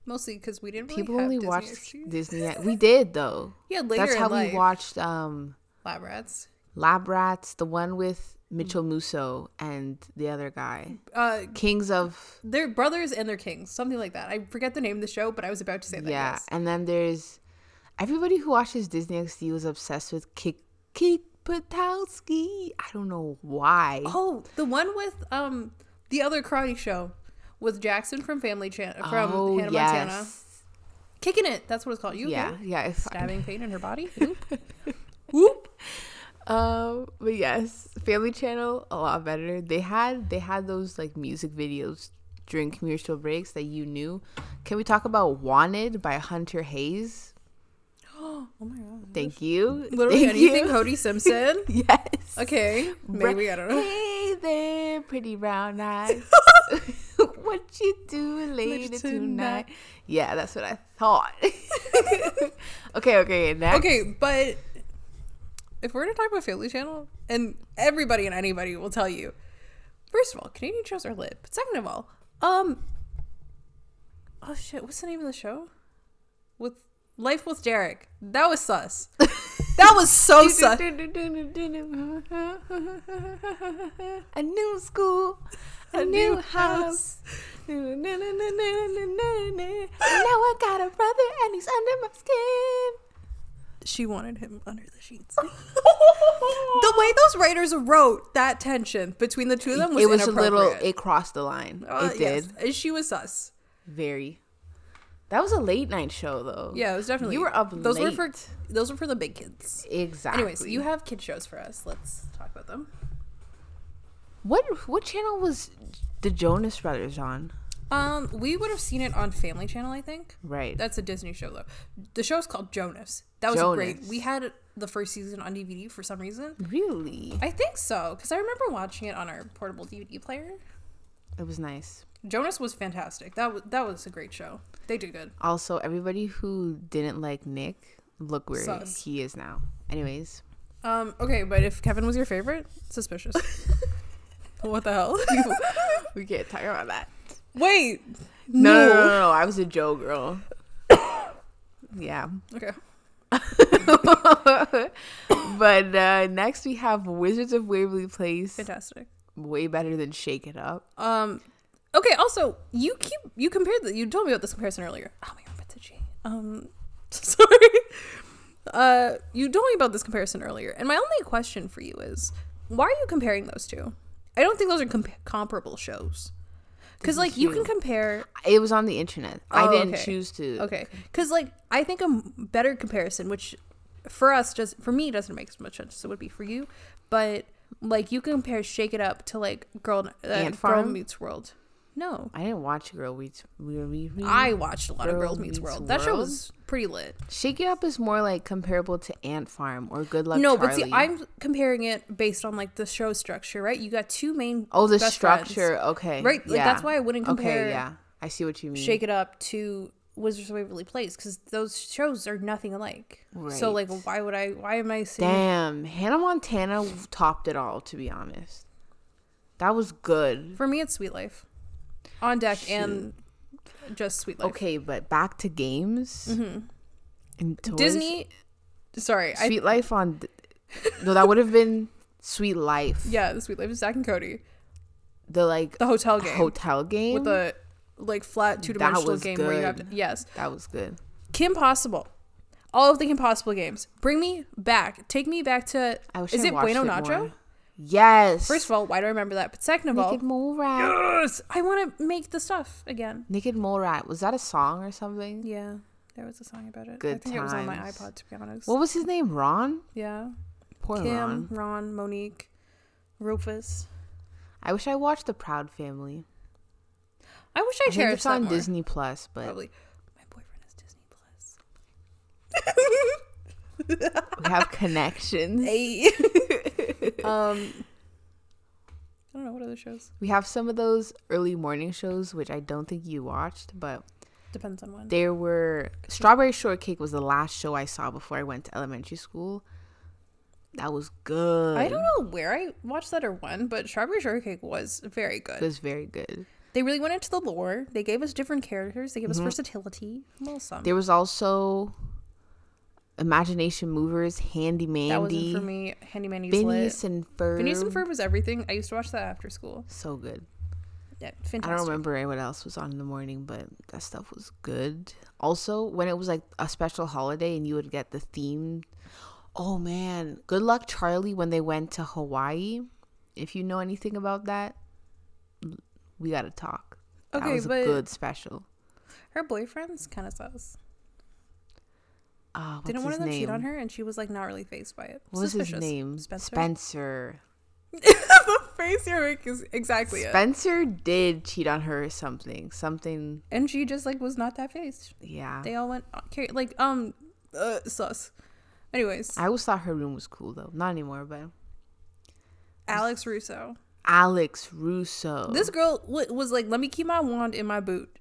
S1: Mostly because we didn't really
S2: People
S1: have
S2: only
S1: Disney
S2: watched
S1: XD.
S2: Disney. We did though.
S1: Yeah, <laughs> later
S2: That's
S1: in
S2: how
S1: life.
S2: we watched um,
S1: Lab Rats.
S2: Lab Rats, the one with Mitchell Musso and the other guy,
S1: Uh,
S2: Kings of
S1: they're brothers and they're kings, something like that. I forget the name of the show, but I was about to say that.
S2: Yeah,
S1: yes.
S2: and then there's everybody who watches Disney XD was obsessed with Kick Kick Patowski. I don't know why.
S1: Oh, the one with um the other karate show with Jackson from Family Channel from
S2: Oh,
S1: Hannah Montana. Mm-hmm. Kicking it. That's what it's called. You
S2: yeah,
S1: okay?
S2: yeah. It's fine.
S1: Stabbing pain in her
S2: <laughs>
S1: body. <gasps> Oop. Oop.
S2: Um, but yes, Family Channel a lot better. They had they had those like music videos during commercial breaks that you knew. Can we talk about Wanted by Hunter Hayes?
S1: Oh my god.
S2: Thank you.
S1: <laughs> Literally
S2: Thank
S1: anything
S2: you.
S1: Cody Simpson.
S2: <laughs> Yes.
S1: Okay. Maybe I don't know.
S2: Hey there, pretty brown eyes.
S1: <laughs>
S2: <laughs> what you do later tonight?
S1: tonight.
S2: Yeah, that's what I thought. <laughs> okay, okay,
S1: <laughs>
S2: next.
S1: Okay, but if we're gonna talk about Family Channel, and everybody and anybody will tell you, first of all, Canadian shows are lit. But second of all, um, oh shit, what's the name of the show? With Life with Derek. That was
S2: <laughs>
S1: sus. that was so sus.
S2: A new school, a new house. And now I got a brother and he's under my skin.
S1: She wanted him under the
S2: <laughs>
S1: sheets. the way those writers wrote that tension between the two of them was
S2: it was a little,
S1: inappropriate.
S2: it crossed the line.
S1: Uh,
S2: it did.
S1: yes, she was sus.
S2: Very. That was a late night show though.
S1: Yeah, it was definitely
S2: You were up
S1: Those
S2: late.
S1: were for those were for the big kids.
S2: Exactly.
S1: Anyway, so you have kid shows for us. Let's talk about them.
S2: what what channel was the Jonas Brothers on?
S1: Um, we would have seen it on Family Channel, I think.
S2: Right.
S1: That's a Disney show though. The show's called Jonas. That was
S2: Jonas.
S1: great. We had the first season on DVD for some reason.
S2: really.
S1: I think so because I remember watching it on our portable DVD player.
S2: It was nice.
S1: Jonas was fantastic. That was that was a great show. They did good.
S2: Also, everybody who didn't like Nick, look where
S1: Sus.
S2: he is now. Anyways,
S1: Um, okay, but if Kevin was your favorite, <laughs> suspicious. what the <laughs> hell?
S2: we can't talk about that.
S1: Wait.
S2: No, no, no, no, no, I was a Joe girl. <coughs> yeah.
S1: Okay.
S2: <coughs> but uh, next we have Wizards of Waverly Place.
S1: Fantastic.
S2: Way better than Shake It Up.
S1: Um, okay. Also, you keep you compared the you told me about this comparison earlier. Oh my god, but the G. Um, <laughs> sorry. Uh, you told me about this comparison earlier, and my only question for you is, why are you comparing those two? I don't think those are comp- comparable shows. Because like you can compare,
S2: It was on the internet. I
S1: Oh,
S2: didn't
S1: okay.
S2: choose to.
S1: okay. Because like I think a m- better comparison, which for us does for me doesn't make as much sense as it would be for you, but like you compare Shake It Up to like Girl uh,
S2: Ant
S1: Girl
S2: Farm?
S1: Meets World. No,
S2: I didn't watch Girl Meets World.
S1: I watched a lot of
S2: Girl
S1: Girls Meets
S2: Meets
S1: World. That show
S2: World?
S1: was pretty lit.
S2: Shake It Up is more like comparable to Ant Farm or Good Luck
S1: no,
S2: Charlie.
S1: but see, I'm comparing it based on like the show structure, right? You got two main
S2: oh the
S1: best friends,
S2: structure. Okay,
S1: right? Like
S2: yeah.
S1: that's why I wouldn't compare
S2: Okay, yeah, I see what you mean.
S1: Shake It Up to Wizards of Waverly Place because those shows are nothing alike. So like,
S2: Right.
S1: why would I? Why am I saying?
S2: Damn, Hannah Montana topped it all. To be honest, that was good.
S1: For me, it's Sweet Life, on deck and just Sweet Life. Mm-hmm.
S2: Okay, but back to games. And toys.
S1: Disney. Sorry, I
S2: Sweet Life on. No, that would have been Sweet Life.
S1: yeah, the Sweet Life is Zach and Cody.
S2: The like
S1: The hotel game
S2: hotel game.
S1: with the like flat two dimensional
S2: was
S1: game where you have to,
S2: good.
S1: yes.
S2: that was good.
S1: Kim Possible. All of the Kim Possible games. Bring me back. Take me back to.
S2: I wish
S1: is
S2: I
S1: it
S2: watched
S1: Bueno
S2: it
S1: Nacho?
S2: more. Yes.
S1: First of all, why do I remember that? But second of all,
S2: Naked Mole Rat.
S1: yes, I want to make the stuff again.
S2: Naked Mole Rat. Was that a song or something?
S1: Yeah, there was a song about it. I
S2: Good
S1: think it was on my
S2: times.
S1: iPod, to be honest.
S2: What was his name? Ron?
S1: yeah,
S2: Poor
S1: Kim, Ron.
S2: Ron.
S1: Monique, Rufus.
S2: I wish I watched The Proud Family.
S1: I wish I,
S2: I think
S1: cherished
S2: it's on
S1: that more.
S2: Disney Plus, but
S1: Probably. My boyfriend is
S2: <laughs>
S1: Disney Plus. <laughs>
S2: we have connections.
S1: Hey. um. I don't know what other shows.
S2: We have some of those early morning shows, which I don't think you watched, but
S1: Depends on when.
S2: there were Strawberry Shortcake was the last show I saw before I went to elementary school. That was good.
S1: I don't know where I watched that or when, but Strawberry Shortcake was very
S2: It
S1: good.
S2: was very good.
S1: They really went into the lore. They gave us different characters. They gave
S2: Mm-hmm.
S1: us versatility. Awesome.
S2: There was also Imagination Movers, Handy
S1: that wasn't
S2: Mandy,
S1: for me. Handyman Mandy's lit.
S2: Phineas and Ferb.
S1: Phineas and Ferb was everything. I used to watch that after school.
S2: So good.
S1: Yeah,
S2: I
S1: fantastic.
S2: don't remember what else was on in the morning, but that stuff was good. Also, when it was like a special holiday and you would get the theme. Oh man, Good Luck Charlie when they went to Hawaii. If you know anything about that, we gotta talk. that
S1: Okay,
S2: was
S1: but-
S2: a good special.
S1: Her boyfriend's kind of sus.
S2: Uh, what's
S1: Didn't one
S2: his
S1: of them
S2: name?
S1: cheat on her, and she was like not really phased by it.
S2: What was his
S1: Suspicious.
S2: name?
S1: Spencer.
S2: Spencer.
S1: <laughs> the face you're making is exactly it.
S2: Spencer did cheat on her or something. Something.
S1: And she just like was not that phased.
S2: Yeah.
S1: They all went okay, like um uh, sus. Anyways,
S2: I always thought her room was cool though. Not anymore, but
S1: Alex Russo.
S2: Alex Russo.
S1: This girl w- was like, "Let me keep my wand in my boot."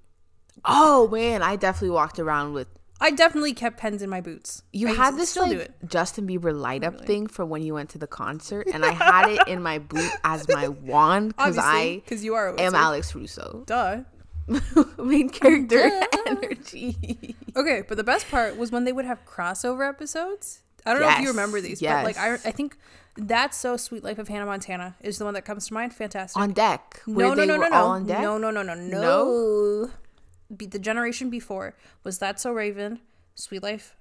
S2: Oh man, I definitely walked around with.
S1: I definitely kept pens in my boots.
S2: You
S1: I
S2: had
S1: s-
S2: this
S1: still do
S2: like
S1: it.
S2: Justin Bieber light up
S1: Really?
S2: thing for when you went to the concert, and I had it in
S1: <laughs>
S2: my boot as my wand because
S1: obviously
S2: I
S1: because you are a
S2: am
S1: wizard. <laughs>
S2: Alex Russo,
S1: Duh.
S2: main character
S1: Duh.
S2: energy.
S1: Okay, but the best part was when they would have crossover episodes. I don't know if you
S2: Yes,
S1: remember these, but like I,
S2: yes.
S1: I think that's so sweet. Life of Hannah Montana is the one that comes to mind. Fantastic.
S2: on deck, where
S1: no,
S2: they
S1: no, no,
S2: were
S1: no,
S2: all
S1: no.
S2: on deck.
S1: no, no, no, no, no, Be The generation before was that so Raven, Sweet Life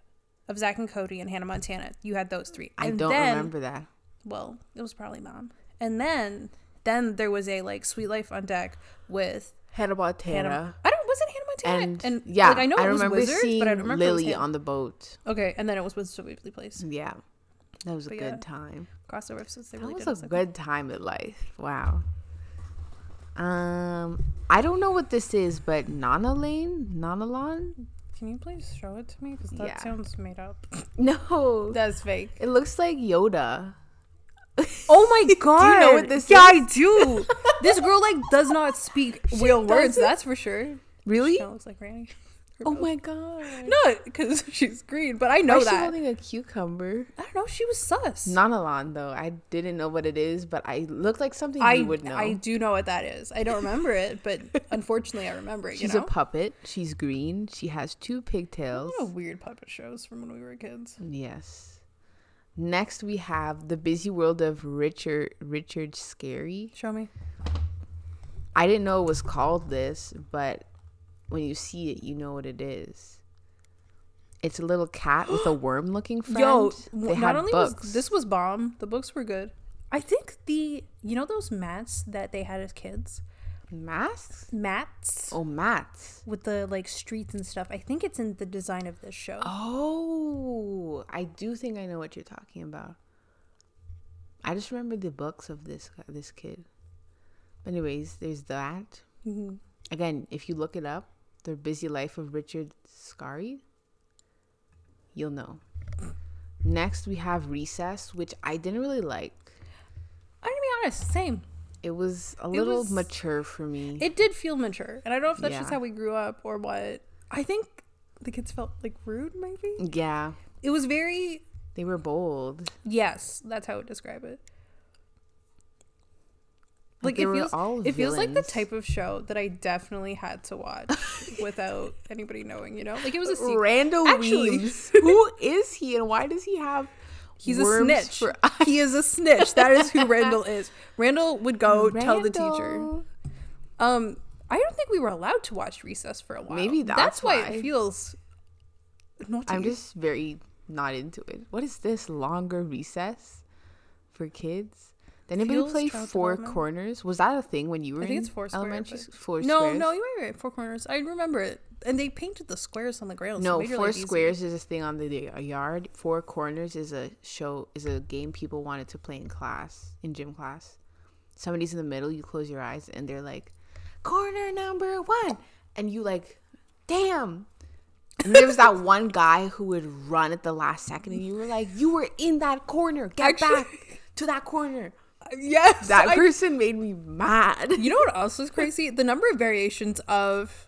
S1: of Zach and Cody, and Hannah Montana. You had those three.
S2: I
S1: And
S2: don't
S1: then-
S2: remember that.
S1: Well, it was probably mom. And then, then there was a like Sweet Life on deck with
S2: Hannah
S1: Hannah.
S2: Montana.
S1: I don't. Was it Hannah Montana?
S2: And, yeah,
S1: like, I know it was
S2: remember
S1: Wizards,
S2: seeing
S1: but I don't remember if it was
S2: Lily
S1: Hannah.
S2: on the boat.
S1: Okay, and then it was Wizards of Waverly Place.
S2: Yeah, that was a
S1: But
S2: good
S1: yeah.
S2: time.
S1: Crossover episodes. They
S2: That
S1: really
S2: was
S1: did.
S2: a good time in life. Wow. Um, I don't know what this is, but Nana Lane, Nana Lane?
S1: Can you please show it to me? Because
S2: that
S1: that
S2: Yeah.
S1: sounds made
S2: <laughs>
S1: up.
S2: No,
S1: That's fake.
S2: it looks like Yoda.
S1: Oh
S2: <laughs>
S1: my god!
S2: know what this
S1: yeah,
S2: is?
S1: I
S2: <laughs>
S1: do. this girl like does not speak real words.
S2: doesn't.
S1: That's for sure.
S2: Really?
S1: She kinda looks like Granny.
S2: Oh my god!
S1: No, because <laughs> she's green. But I
S2: Why
S1: know
S2: is she
S1: that.
S2: holding a cucucber?
S1: I don't know. She was sus.
S2: Nana Lane, though, I didn't know what it is, but I looked like something
S1: I
S2: you would know.
S1: I do know what that is. I don't remember it, <laughs> but unfortunately, I remember it. You
S2: She's
S1: know.
S2: a puppet. She's green. She has two pigtails.
S1: What a weird puppet shows from when we were kids.
S2: Yes. Next, we have the busy world of Richard Richard Scary.
S1: Show me.
S2: I didn't know it was called this, but when you see it, you know what it is. It's a little cat with
S1: <gasps>
S2: a worm-looking friend.
S1: Yo,
S2: they
S1: w-
S2: had
S1: not only
S2: books.
S1: was this was bomb, the books were good. I think the you know those mats that they had as kids,
S2: masks.
S1: mats
S2: Oh, mats.
S1: with the like streets and stuff. I think it's in the design of this show.
S2: Oh, I do think I know what you're talking about. I just remember the books of this this kid. Anyways, there's that.
S1: Mhm.
S2: Again, if you look it up, The Busy Life of Richard Scarry, you'll know. Next, we have Recess, which I didn't really like.
S1: I'm gonna be honest, same.
S2: It was a little
S1: was-
S2: mature for me.
S1: It did feel mature, and I don't know if that's just
S2: Yeah.
S1: how we grew up or what. I think the kids felt like rude, maybe.
S2: yeah,
S1: It was very
S2: they were bold.
S1: yes, that's how I would describe it. Like
S2: they
S1: it
S2: were
S1: feels,
S2: all
S1: it feels like the
S2: villains.
S1: type of show that I definitely had to
S2: <laughs>
S1: watch without anybody knowing. You know, like it was a secret.
S2: Randall
S1: Actually- <laughs>
S2: Weems. Who is he and why does he have
S1: He's
S2: worms
S1: a snitch.
S2: for- <laughs>
S1: he is a snitch. That is who Randall is. Randall would go tell the teacher.
S2: Randall.
S1: Um, I don't think we were allowed to watch Recess for a while.
S2: Maybe that's
S1: why,
S2: why.
S1: it feels. Naughty.
S2: I'm just very not into it. What is this longer recess for kids? Did anybody
S1: Fuels
S2: play
S1: child
S2: Four
S1: development.
S2: Corners? Was that a thing when you were
S1: I think
S2: in
S1: it's four square,
S2: elementary
S1: but-
S2: s- Four
S1: no,
S2: squares?
S1: no, you were right. Four corners. I remember it, and they painted the squares on the ground. so
S2: No,
S1: it made your
S2: Four
S1: life easy.
S2: Squares is a thing on the the yard. Four Corners is a show is a game people wanted to play in class, in gym class. Somebody's in the middle, you close your eyes and they're like, "Corner number 1." And you like, "Damn." And there
S1: <laughs>
S2: was that one guy who would run at the last second and you were like, "You were in that corner. Get
S1: Actually- <laughs>
S2: back to that corner."
S1: <laughs> Yes.
S2: That
S1: I-
S2: person made me mad.
S1: you know what else was crazy? The number of variations of,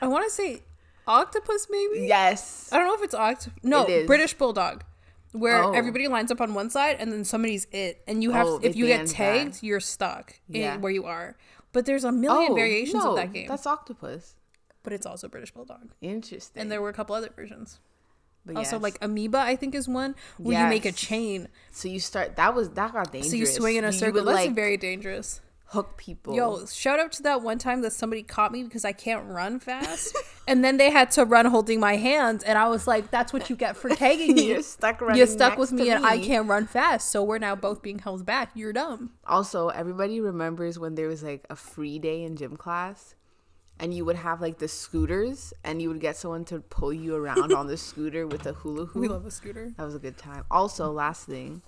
S1: I want to say, octopus maybe.
S2: <laughs> Yes.
S1: I don't know if it's oct. No,
S2: It is.
S1: British bulldog, where
S2: Oh.
S1: everybody lines up on one side and then somebody's it, and you have
S2: Oh,
S1: if
S2: they
S1: you get
S2: banned that.
S1: tagged, you're stuck in-
S2: Yeah.
S1: where you are. But there's a million variations
S2: Oh, no,
S1: of that game.
S2: That's octopus.
S1: But it's also British bulldog,
S2: Interesting.
S1: and there were a couple other versions.
S2: But
S1: Also,
S2: yes.
S1: like amoeba, I think is one where you make a
S2: Yes.
S1: chain,
S2: so you start that was that got dangerous.
S1: so you swing in a
S2: You
S1: circle.
S2: would,
S1: That's
S2: like
S1: very dangerous.
S2: hook people.
S1: Yo, shout out to that one time that somebody caught me because I can't run fast, <laughs> and then they had to run holding my hands, and I was like, "That's what you get
S2: <laughs>
S1: for tagging me."
S2: you're stuck running.
S1: You're stuck with
S2: next
S1: me,
S2: to
S1: and I can't run fast, so we're now both being held back. You're dumb.
S2: Also, everybody remembers when there was like a free day in gym class, and you would have like the scooters, and you would get someone to pull you around on the scooter with a hula
S1: <laughs>
S2: hoop.
S1: We love Mm-hmm. a scooter.
S2: That was a good time. Also, last thing,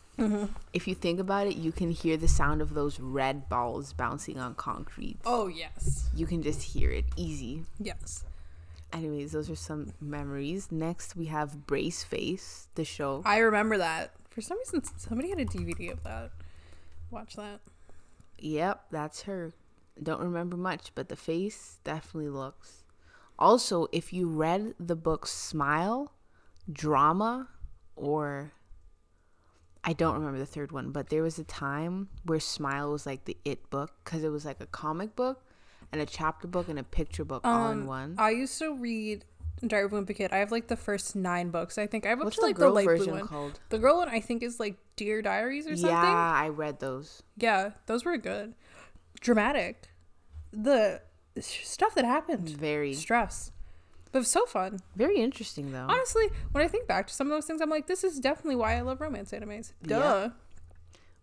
S2: if you think about it, you can hear the sound of those red balls bouncing on concrete.
S1: Oh yes,
S2: You can just hear it easy.
S1: yes.
S2: Anyways, those are some memories. Next, we have Brace Face, the show.
S1: I remember that. For some reason, somebody had a DVD of that. Watch that.
S2: Yep, that's her. Don't remember much, but the face definitely looks. Also, if you read the book Smile, Drama, or I don't remember the third one, but there was a time where Smile was like the it book because it was like a comic book and a chapter book and a picture book all in one.
S1: Um, I used to read Diary of a Wimpy Kid. I have like the first nine books. I think I have up
S2: What's
S1: to
S2: the
S1: like the
S2: girl
S1: light blue
S2: version
S1: one.
S2: called?
S1: The girl one I think is like Dear Diaries or something.
S2: Yeah, I read those.
S1: Yeah, those were good. Dramatic. The stuff that happened.
S2: Very,
S1: Stress. But so fun.
S2: very interesting though.
S1: Honestly, when I think back to some of those things, I'm like, this is definitely why I love romance animes. Duh.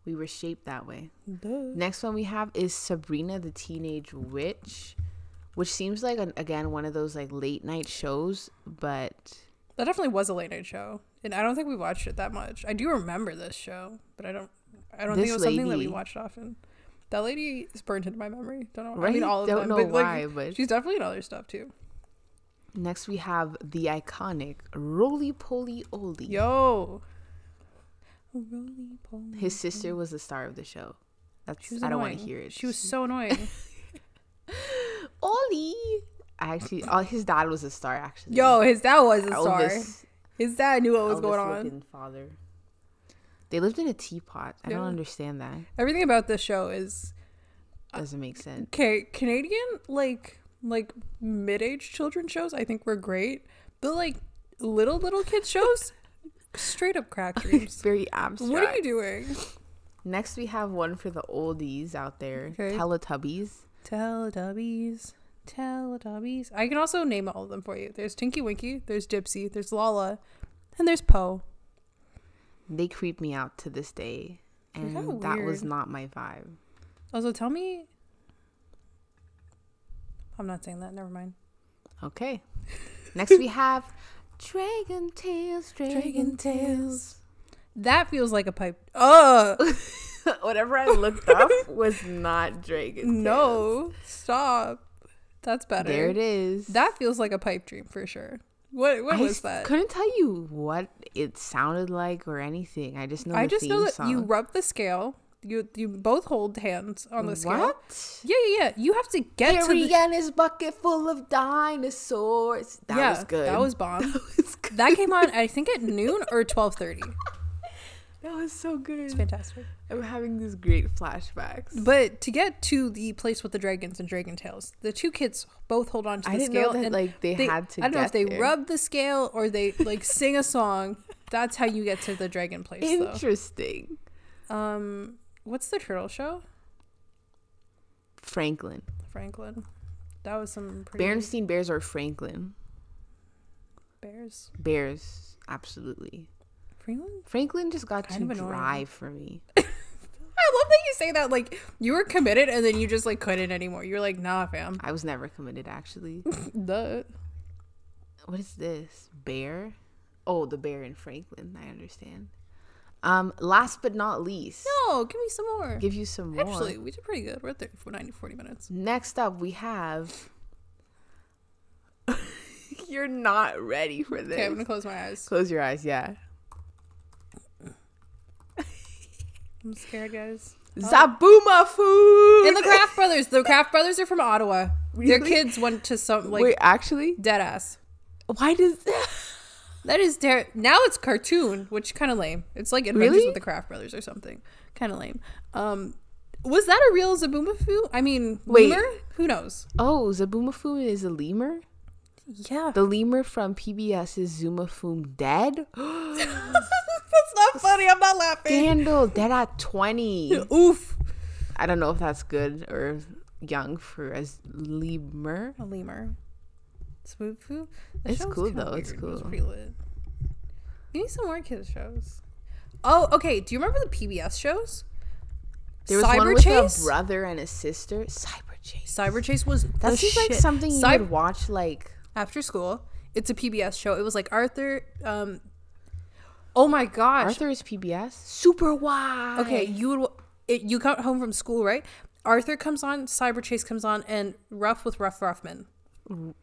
S2: We were shaped that way.
S1: Duh.
S2: Next one we have is Sabrina the Teenage Witch, which seems like an, again one of those like late night shows, but
S1: That definitely was a late night show. And I don't think we watched it that much. I do remember this show, but I don't I don't think
S2: This
S1: it was something that we
S2: lady-
S1: watched often. That lady is burned into my memory. Don't know. I
S2: right?
S1: mean all of
S2: Don't
S1: them.
S2: know
S1: but
S2: why,
S1: like
S2: but
S1: she's definitely in other stuff too.
S2: next we have the iconic Roly Poly Oly.
S1: Yo. Roly poly.
S2: His sister was the star of the show. That's
S1: She was
S2: I don't want to
S1: annoying.
S2: hear it.
S1: She was <laughs> so annoying.
S2: Oli. I actually, oh, his dad was a star actually.
S1: Yo, his dad was a star.
S2: Elvis,
S1: His dad knew what was
S2: Elvis
S1: going on.
S2: looking father. They lived in a teapot. I
S1: Yeah.
S2: don't understand that.
S1: Everything about this show is
S2: Doesn't make sense.
S1: Okay, Canadian like like mid age children shows I think were great, but like little little kid <laughs> shows, straight up <laughs> crack dreams.
S2: Very abstract.
S1: what are you doing?
S2: Next, we have one for the oldies out there
S1: Okay.
S2: Teletubbies.
S1: Teletubbies, Teletubbies. I can also name all of them for you. There's Tinky Winky, there's Gypsy, there's Lala, and there's Poe.
S2: They creep me out to this day.
S1: They're kinda
S2: And that was
S1: weird.
S2: not my vibe.
S1: Also, tell me. I'm not saying that. Never mind. <laughs>
S2: Okay. Next, we have Dragon Tales, Dragon,
S1: Tales. That feels like a pipe.
S2: <laughs>
S1: Ugh.
S2: Tales. Whatever I looked
S1: <laughs>
S2: up was not Dragon Tales.
S1: no. Stop. That's better.
S2: There it is.
S1: That feels like a pipe dream for sure. What what
S2: I
S1: was
S2: s-
S1: that?
S2: couldn't tell you what it sounded like or anything. I just know.
S1: I
S2: the
S1: just know
S2: theme
S1: that you
S2: song.
S1: rub the scale. You you both hold hands on the scale.
S2: What?
S1: Yeah, yeah, yeah. You have to get to
S2: Harry
S1: the
S2: and his bucket full of dinosaurs. That
S1: yeah,
S2: was good.
S1: That was <laughs> bomb.
S2: was good. <laughs>
S1: that came on I think at noon or twelve thirty.
S2: That was so
S1: It's
S2: good.
S1: fantastic.
S2: I'm having these great flashbacks.
S1: But to get to the place with the dragons and dragon tails, the two kids both hold on to the
S2: I didn't
S1: scale
S2: know that
S1: and
S2: like they,
S1: they-
S2: had to.
S1: I don't know if they
S2: get there.
S1: rub the scale or they like sing a song. That's how you get to the dragon place
S2: Interesting.
S1: though. Um what's the turtle show?
S2: Franklin.
S1: Franklin. That was some pretty
S2: Berenstein Bears or Franklin
S1: bears.
S2: Bears. Absolutely.
S1: Franklin?
S2: Franklin just got
S1: Kind
S2: too
S1: of annoying.
S2: dry for me.
S1: I love that you say that like you were committed and then you just like couldn't anymore. You're like, nah, fam.
S2: I was never committed <laughs> actually.
S1: Duh.
S2: what is this? Bear? Oh, the bear in Franklin. I understand. Um, last but not least,
S1: No, give me some more.
S2: give you some more.
S1: Actually, we did pretty good. We're at 30, 90, 40 minutes.
S2: Next up, we have. <laughs> You're not ready for this.
S1: Okay, I'm gonna close my eyes.
S2: Close your eyes, yeah.
S1: I'm scared, guys.
S2: Oh. Zabuma food.
S1: And the Kraft brothers. The Kraft brothers are from Ottawa. Their
S2: Really?
S1: kids went to some like
S2: Wait, actually,
S1: dead ass.
S2: why does <laughs>
S1: That is ter- now it's cartoon, which kind of lame. It's like Adventures
S2: Really?
S1: with the Kraft Brothers or something. Kind of lame. Um, was that a real Zaboomafoo? I mean,
S2: Wait.
S1: lemur? Who knows?
S2: oh Zabumafoom is a lemur?
S1: Yeah,
S2: The lemur from PBS is Zumafoom <gasps> dead?
S1: <laughs> that's not funny. I'm not laughing.
S2: Scandal dead at <laughs> twenty.
S1: Oof,
S2: I don't know if that's good or young for as lemur.
S1: a lemur. Smooth foo.
S2: It's cool, though. It's
S1: It was
S2: cool.
S1: pretty lit. We need some more kids shows. Oh, okay. Do you remember the PBS shows?
S2: There was one with uh, a brother and a sister. Cyber chase.
S1: Cyber Chase was
S2: That
S1: the
S2: seems
S1: shit.
S2: like something you
S1: Cyber-
S2: would watch like
S1: after school. It's a PBS show. It was like Arthur. Um, oh my gosh.
S2: Arthur is PBS. Super wide.
S1: Okay, you would. It, you got home from school, right? Arthur comes on, Cyber Chase comes on, and Ruff with Ruff Ruffman. That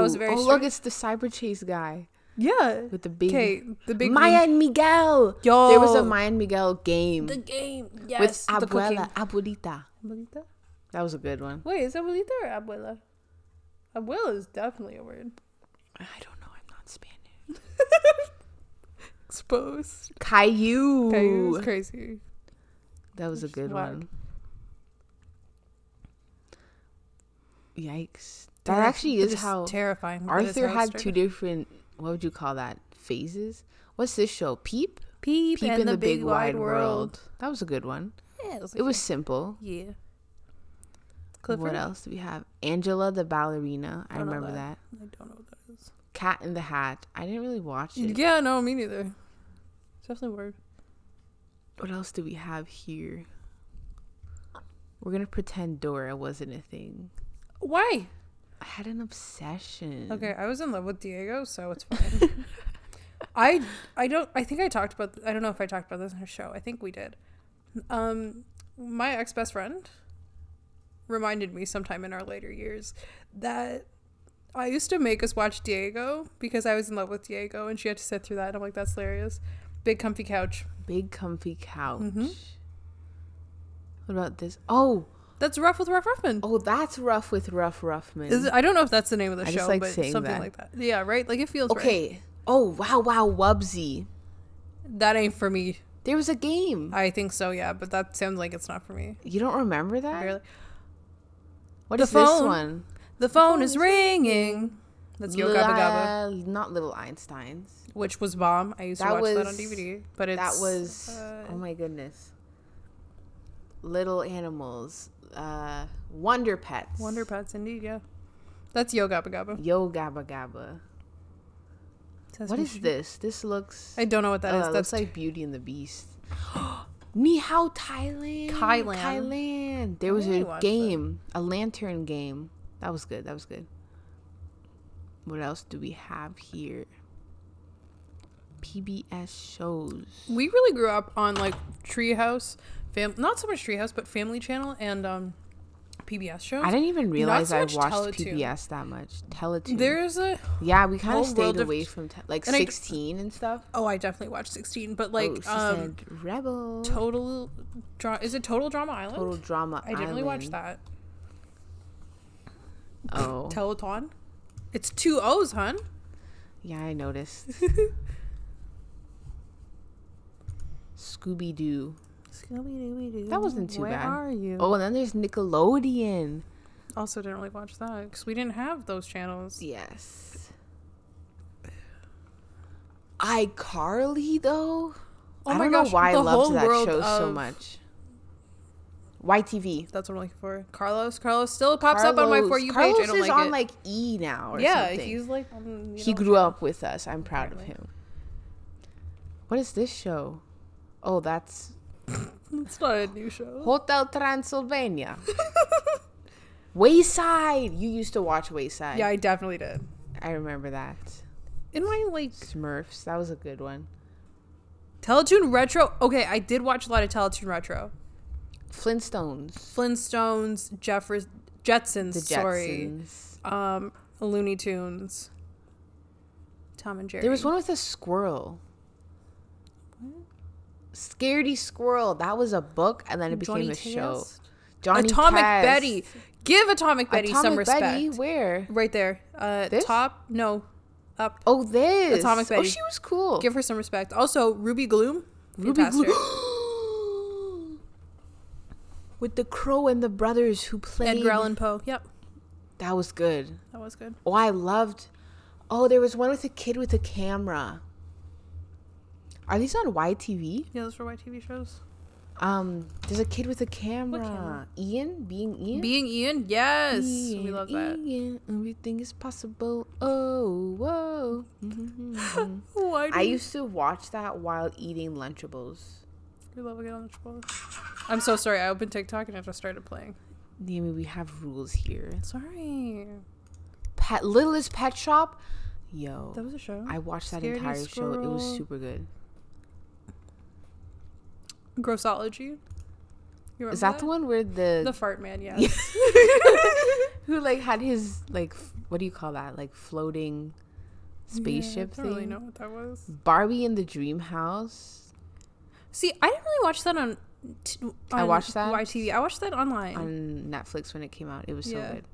S1: was
S2: Whoa.
S1: very
S2: Oh
S1: strange.
S2: look, it's the cyber chase guy
S1: Yeah.
S2: with the big
S1: Okay, the big
S2: Maya and Miguel. Oh.
S1: Yo.
S2: There was a Maya and Miguel game
S1: the game.
S2: with
S1: Yes, the cooking.
S2: Abuela, Abuelita.
S1: Abuelita?
S2: That was a good one.
S1: Wait, is abuelita or abuela? Abuela is definitely a word.
S2: I don't know. I'm not Spanish.
S1: Exposed.
S2: Caillou.
S1: Okay, it was crazy.
S2: That was a
S1: Just
S2: good
S1: whack.
S2: one. Yikes. That
S1: Terri-
S2: actually
S1: it
S2: is
S1: was
S2: how
S1: terrifying. but that is
S2: Arthur
S1: how it
S2: had
S1: started.
S2: two different. What would you call that? Phases. What's this show? Peep.
S1: peep,
S2: Peep in the, big, wide world. That was a good one.
S1: Yeah, it was.
S2: It was simple.
S1: yeah. Clifford.
S2: What else do we have? Angela the ballerina. I,
S1: Don't know
S2: remember that.
S1: that. I don't know what that is.
S2: Cat in the Hat. I didn't really watch it.
S1: Yeah, no, me neither. It's definitely weird.
S2: What else do we have here? We're gonna pretend Dora wasn't a thing.
S1: Why?
S2: I had an obsession.
S1: Okay, I was in love with Diego, so <laughs> it's fine. I I don't I think I talked about I don't know if I talked about this in her show. I think we did. Um my ex-best friend reminded me sometime in our later years that I used to make us watch Diego because I was in love with Diego and she had to sit through that and I'm like that's hilarious. Big comfy couch.
S2: Big comfy couch.
S1: Mhm.
S2: What about this? Oh,
S1: That's rough with Ruff Ruffman.
S2: oh, that's rough with Rough Ruffman.
S1: Is it- I don't know if that's the name of the
S2: I just
S1: show,
S2: like
S1: but
S2: saying
S1: something
S2: that.
S1: like that. Yeah, right? Like it feels right.
S2: okay. Oh wow, wow, Wubsy.
S1: That ain't for me.
S2: There was a game.
S1: I think so, yeah, but that sounds like it's not for me.
S2: You don't remember that?
S1: Barely.
S2: What
S1: The
S2: is this
S1: phone.
S2: one?
S1: The phone is ringing. That's Yo Gabba Gabba,
S2: Li- Not Little Einsteins.
S1: which was bomb. I used to
S2: That
S1: watch that on
S2: was-
S1: DVD, but it's
S2: that was
S1: uh,
S2: oh my goodness. Little animals. Uh, Wonder Pets.
S1: Wonder Pets indeed. Yeah, that's Yo Gabba Gabba.
S2: Yo Gabba Gabba.
S1: Says
S2: What
S1: we
S2: is
S1: should-
S2: this? This looks.
S1: I don't know what that is. That's
S2: Uh, that's
S1: like
S2: like Beauty and the Beast. <gasps> Ni Hao Thailand.
S1: Thailand.
S2: Thailand. There was
S1: really
S2: a
S1: watched that.
S2: game, a lantern game. That was good. That was good. What else do we have here? PBS shows.
S1: we really grew up on like Treehouse, fam- not so much Treehouse, but Family Channel and um, PBS shows.
S2: I didn't even realize
S1: so
S2: I
S1: much
S2: watched
S1: Teletoon.
S2: PBS that much. Teletoon.
S1: There's a
S2: yeah, we kind
S1: whole
S2: of stayed
S1: world of-
S2: away from te- like
S1: And I-
S2: 16 and stuff.
S1: oh, I definitely watched 16, but like
S2: oh, she
S1: um,
S2: said Rebel.
S1: total dra- is it Total Drama Island?
S2: Total Drama
S1: I didn't really watch
S2: Island.
S1: that.
S2: Oh.
S1: Teleton. It's two O's, hun.
S2: Yeah, I noticed.
S1: <laughs>
S2: Scooby Doo. That wasn't too
S1: Where
S2: bad.
S1: are you?
S2: Oh, and then there's Nickelodeon.
S1: Also, didn't really watch that because we didn't have those channels.
S2: Yes. iCarly though.
S1: Oh
S2: I
S1: my
S2: don't
S1: gosh,
S2: know why I
S1: the
S2: loved
S1: whole
S2: that
S1: world
S2: show so
S1: of-
S2: much. YTV.
S1: That's what I'm looking for. Carlos. Carlos still pops up on my for
S2: Carlos-
S1: you
S2: Carlos
S1: page. I don't
S2: is
S1: like
S2: on
S1: it.
S2: like E now or
S1: yeah,
S2: something.
S1: he's like. on, you
S2: he
S1: know,
S2: grew up with us. I'm proud of
S1: Apparently.
S2: him. What is this show? Oh, that's
S1: <laughs> It's not a new show.
S2: Hotel Transylvania. Wayside. You used to watch
S1: <laughs>
S2: Wayside.
S1: Yeah, I definitely did.
S2: I remember that.
S1: In my like
S2: Smurfs. That was a good one.
S1: Teletoon retro. Okay, I did watch a lot of Teletoon retro.
S2: Flintstones.
S1: Flintstones, Jeffers, Jetsons.
S2: The
S1: Sorry,
S2: Jetsons.
S1: um, Looney Tunes. Tom and Jerry.
S2: There was one with a squirrel. Scaredy Squirrel. That was a book, and then it became
S1: Johnny
S2: a show.
S1: Test?
S2: Johnny
S1: Atomic
S2: Test.
S1: Betty. Give Atomic Betty some
S2: Atomic
S1: respect.
S2: Betty, where?
S1: Right there. Uh,
S2: This?
S1: top. No. Up.
S2: Oh, this
S1: Atomic
S2: Oh,
S1: Betty.
S2: she was cool.
S1: Give her some respect. Also, Ruby Gloom.
S2: Ruby
S1: fantastic.
S2: <gasps> Glo- <gasps> With the crow and the brothers who played.
S1: Edgar Allan Poe. Yep.
S2: That was good.
S1: That was good.
S2: Oh, I loved. Oh, there was one with a kid with a camera. Are these on YTV?
S1: Yeah, those were YTV shows.
S2: Um, there's a kid with a camera.
S1: camera?
S2: Ian, being Ian.
S1: Being Ian. Yes. We love that.
S2: Ian, everything is possible. Oh, whoa.
S1: <laughs>
S2: Mhm.
S1: Why do
S2: I
S1: you
S2: used to watch that while eating Lunchables.
S1: we love again on the Chipotle? I'm so sorry. I opened TikTok and it just started playing.
S2: Naomi, we have rules here.
S1: Sorry.
S2: Pet Littlest Pet Shop. Yo,
S1: That was a show.
S2: I watched that
S1: Scaredy
S2: entire show. It was
S1: Squirrel.
S2: super good.
S1: Grossology. You remember
S2: Is that the one where the
S1: The fart man, yeah.
S2: who like had his like f- what do you call that like floating spaceship
S1: I
S2: thing?
S1: don't really know what that was.
S2: Barbie in the Dream House
S1: See, I didn't really watch that on. T- on
S2: I watched that.
S1: YTV. I watched that online.
S2: on Netflix when it came out. It was
S1: Yeah.
S2: so good.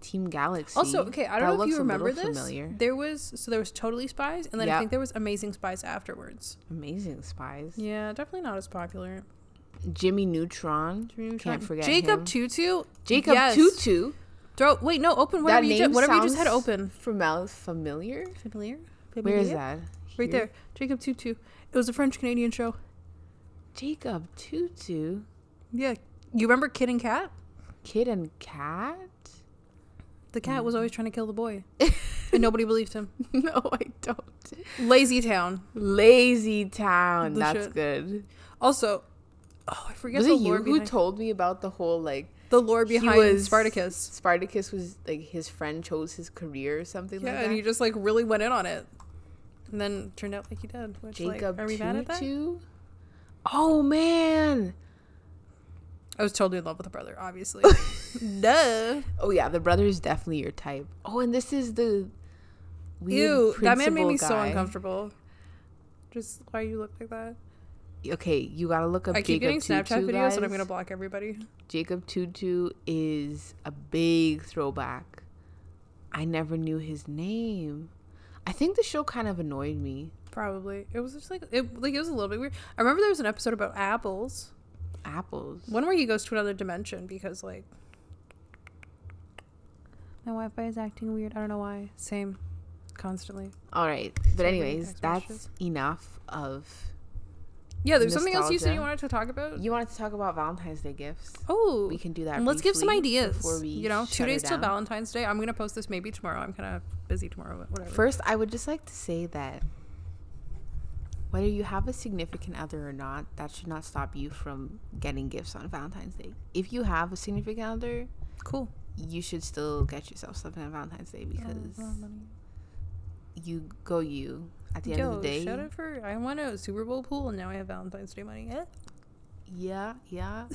S2: Team Galaxy.
S1: also, okay, I
S2: That
S1: don't know if
S2: looks
S1: you
S2: a little
S1: remember this.
S2: Familiar.
S1: There was so there was Totally Spies, and then I
S2: Yeah.
S1: think there was Amazing Spies afterwards.
S2: Amazing Spies.
S1: Yeah, definitely not as popular.
S2: Jimmy Neutron.
S1: Jimmy Neutron-
S2: Can't forget
S1: Jacob
S2: him.
S1: Tutu.
S2: Jacob
S1: yes.
S2: Tutu.
S1: Throw. Wait, no. Open
S2: That
S1: whatever you
S2: name
S1: just whatever you just had
S2: sounds
S1: open.
S2: Fam- familiar.
S1: Familiar.
S2: Where is
S1: Familiar?
S2: that?
S1: Right
S2: Here?
S1: there. Jacob Tutu. It was a French Canadian show.
S2: Jacob Tutu.
S1: Yeah. You remember Kid and Cat?
S2: Kid and Cat.
S1: <laughs> The cat was
S2: Mm-hmm.
S1: always trying to kill the
S2: <laughs>
S1: boy, and nobody believed him.
S2: no, I don't.
S1: Lazy Town.
S2: Lazy Town.
S1: The
S2: That's
S1: shit.
S2: good.
S1: Also, oh, I forget
S2: was
S1: the
S2: it you
S1: lore
S2: who
S1: behind
S2: told me about the whole like
S1: the lore
S2: he
S1: behind
S2: was-
S1: Spartacus.
S2: Spartacus was like his friend chose his career or something
S1: Yeah,
S2: like that?
S1: and he just like really went in on it, and then turned out like he did. Which,
S2: Jacob
S1: like, are we mad at that?
S2: Tutu. Oh man.
S1: I was totally in love with the brother,
S2: <laughs>
S1: obviously. Duh.
S2: Oh yeah, the brother is definitely your type. Oh, and this is the weird
S1: Ew, that man made
S2: principal
S1: me so
S2: guy.
S1: uncomfortable. Just why you look like that?
S2: Okay, you gotta look up
S1: I keep
S2: Jacob
S1: getting Snapchat
S2: Tutu,
S1: videos,
S2: guys.
S1: and I'm gonna block everybody.
S2: Jacob Tutu is a big throwback. I never knew his name. I think the show kind of annoyed me.
S1: Probably it was just like it, like it was a little bit weird. I remember there was an episode about apples,
S2: Apples.
S1: one where he goes to another dimension because like my Wi-Fi is acting weird. I don't know why. Same, constantly.
S2: All right, but
S1: Sorry,
S2: anyways,
S1: Xmas
S2: that's
S1: wishes.
S2: enough of.
S1: Yeah, there's something else you said you
S2: Nostalgia.
S1: wanted to talk about.
S2: You wanted to talk about Valentine's Day gifts.
S1: Oh,
S2: We can do that.
S1: and let's give some
S2: briefly
S1: ideas.
S2: before we
S1: You know, two
S2: shut her
S1: days till
S2: down.
S1: Valentine's Day. I'm gonna post this maybe tomorrow. I'm kind of busy tomorrow, but whatever.
S2: First, I would just like to say that whether you have a significant other or not, that should not stop you from getting gifts on Valentine's Day. If you have a significant other,
S1: cool.
S2: you should still get yourself something on Valentine's Day because
S1: Oh, Uh-huh.
S2: you go you at the end
S1: Yo,
S2: of the day.
S1: shout out for I won a Super Bowl pool and now I have Valentine's Day money. Yeah.
S2: Yeah, yeah.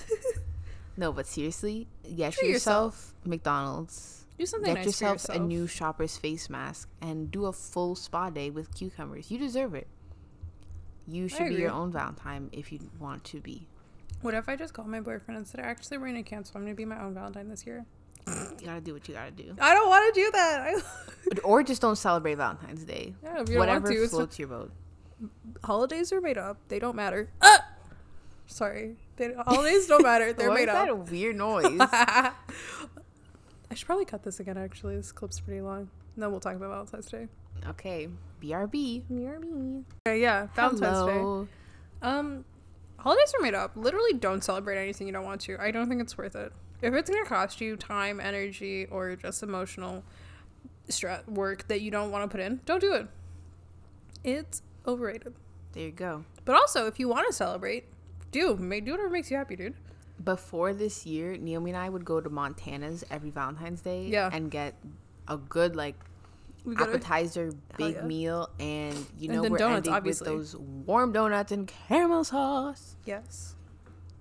S2: no, but seriously, get
S1: Treat
S2: yourself, McDonald's.
S1: <laughs> Do something
S2: get
S1: nice
S2: yourself,
S1: for yourself.
S2: a new shopper's face mask and do a full spa day with cucumbers. You deserve it. You should be
S1: agree.
S2: your own Valentine if you want to be.
S1: What if I just called my boyfriend and said, "Actually, we're gonna cancel. I'm gonna be my own Valentine this year."
S2: You gotta do what you gotta
S1: <laughs>
S2: do.
S1: I don't want to do that. I <laughs>
S2: Or just don't celebrate Valentine's Day.
S1: yeah, if you don't want
S2: Whatever
S1: to. It's
S2: floats your boat.
S1: holidays are made up. They don't matter. Ah! Sorry, they, holidays don't
S2: <laughs>
S1: matter. They're
S2: Why
S1: made
S2: is
S1: up.
S2: that
S1: <laughs>
S2: a weird noise?
S1: I should probably cut this again. Actually, this clip's pretty long. And then we'll talk about Valentine's Day.
S2: okay, BRB.
S1: Okay, yeah, Valentine's Day.
S2: Hello.
S1: Um, holidays are made up. Literally, don't celebrate anything you don't want to. I don't think it's worth it. If it's gonna cost you time, energy, or just emotional stre- work that you don't want to put in, don't do it. It's overrated.
S2: There you go.
S1: But also, if you want to celebrate, do May- do whatever makes you happy, dude.
S2: Before this year, Naomi and I would go to Montana's every Valentine's Day
S1: Yeah.
S2: and get a good like
S1: We gotta-
S2: appetizer, big
S1: yeah.
S2: meal, and you
S1: And
S2: know
S1: then
S2: we're
S1: donuts,
S2: ending
S1: obviously.
S2: with those warm donuts and caramel sauce.
S1: yes,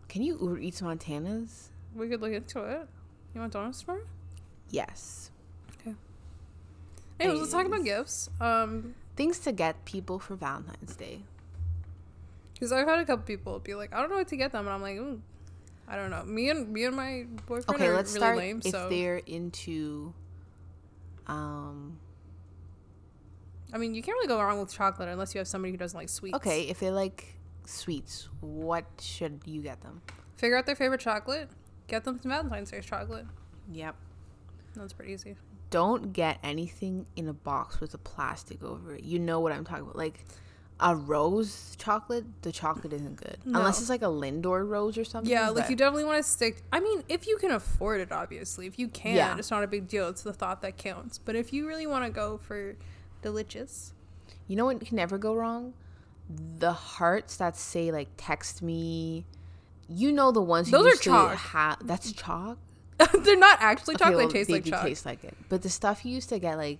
S2: Can you Uber Eats Montana's?
S1: we could look into it. You want donuts tomorrow?
S2: Yes.
S1: Anyways, let's talk about
S2: Anyways.
S1: gifts. Um,
S2: Things to get people for Valentine's Day.
S1: Because I've had a couple people be like, I don't know what to get them, and I'm like, "Ooh, I don't know. Me and me and my boyfriend
S2: Okay,
S1: are
S2: let's
S1: really
S2: start
S1: lame,
S2: if
S1: so
S2: they're into um
S1: I mean, you can't really go wrong with chocolate unless you have somebody who doesn't like sweets.
S2: okay, if they like sweets, what should you get them?
S1: figure out their favorite chocolate, get them some Valentine's Day chocolate.
S2: Yep.
S1: That's pretty easy.
S2: Don't get anything in a box with a plastic over it. You know what I'm talking about. Like a rose chocolate, the chocolate isn't good. Unless
S1: No.
S2: it's like a Lindor rose or something.
S1: Yeah, like
S2: but-
S1: you definitely want to stick. I mean, if you can afford it, obviously. If you can,
S2: Yeah.
S1: it's not a big deal. It's the thought that counts. But if you really want to go for delicious, <laughs>
S2: You know what can never go wrong? The hearts that say like text me. You know the ones
S1: Those are
S2: used to
S1: chalk.
S2: ha- that's chalk.
S1: they're not actually
S2: Okay,
S1: chocolate.
S2: well,
S1: tastes
S2: they
S1: like
S2: do
S1: chocolate.
S2: taste like it. But the stuff you used to get like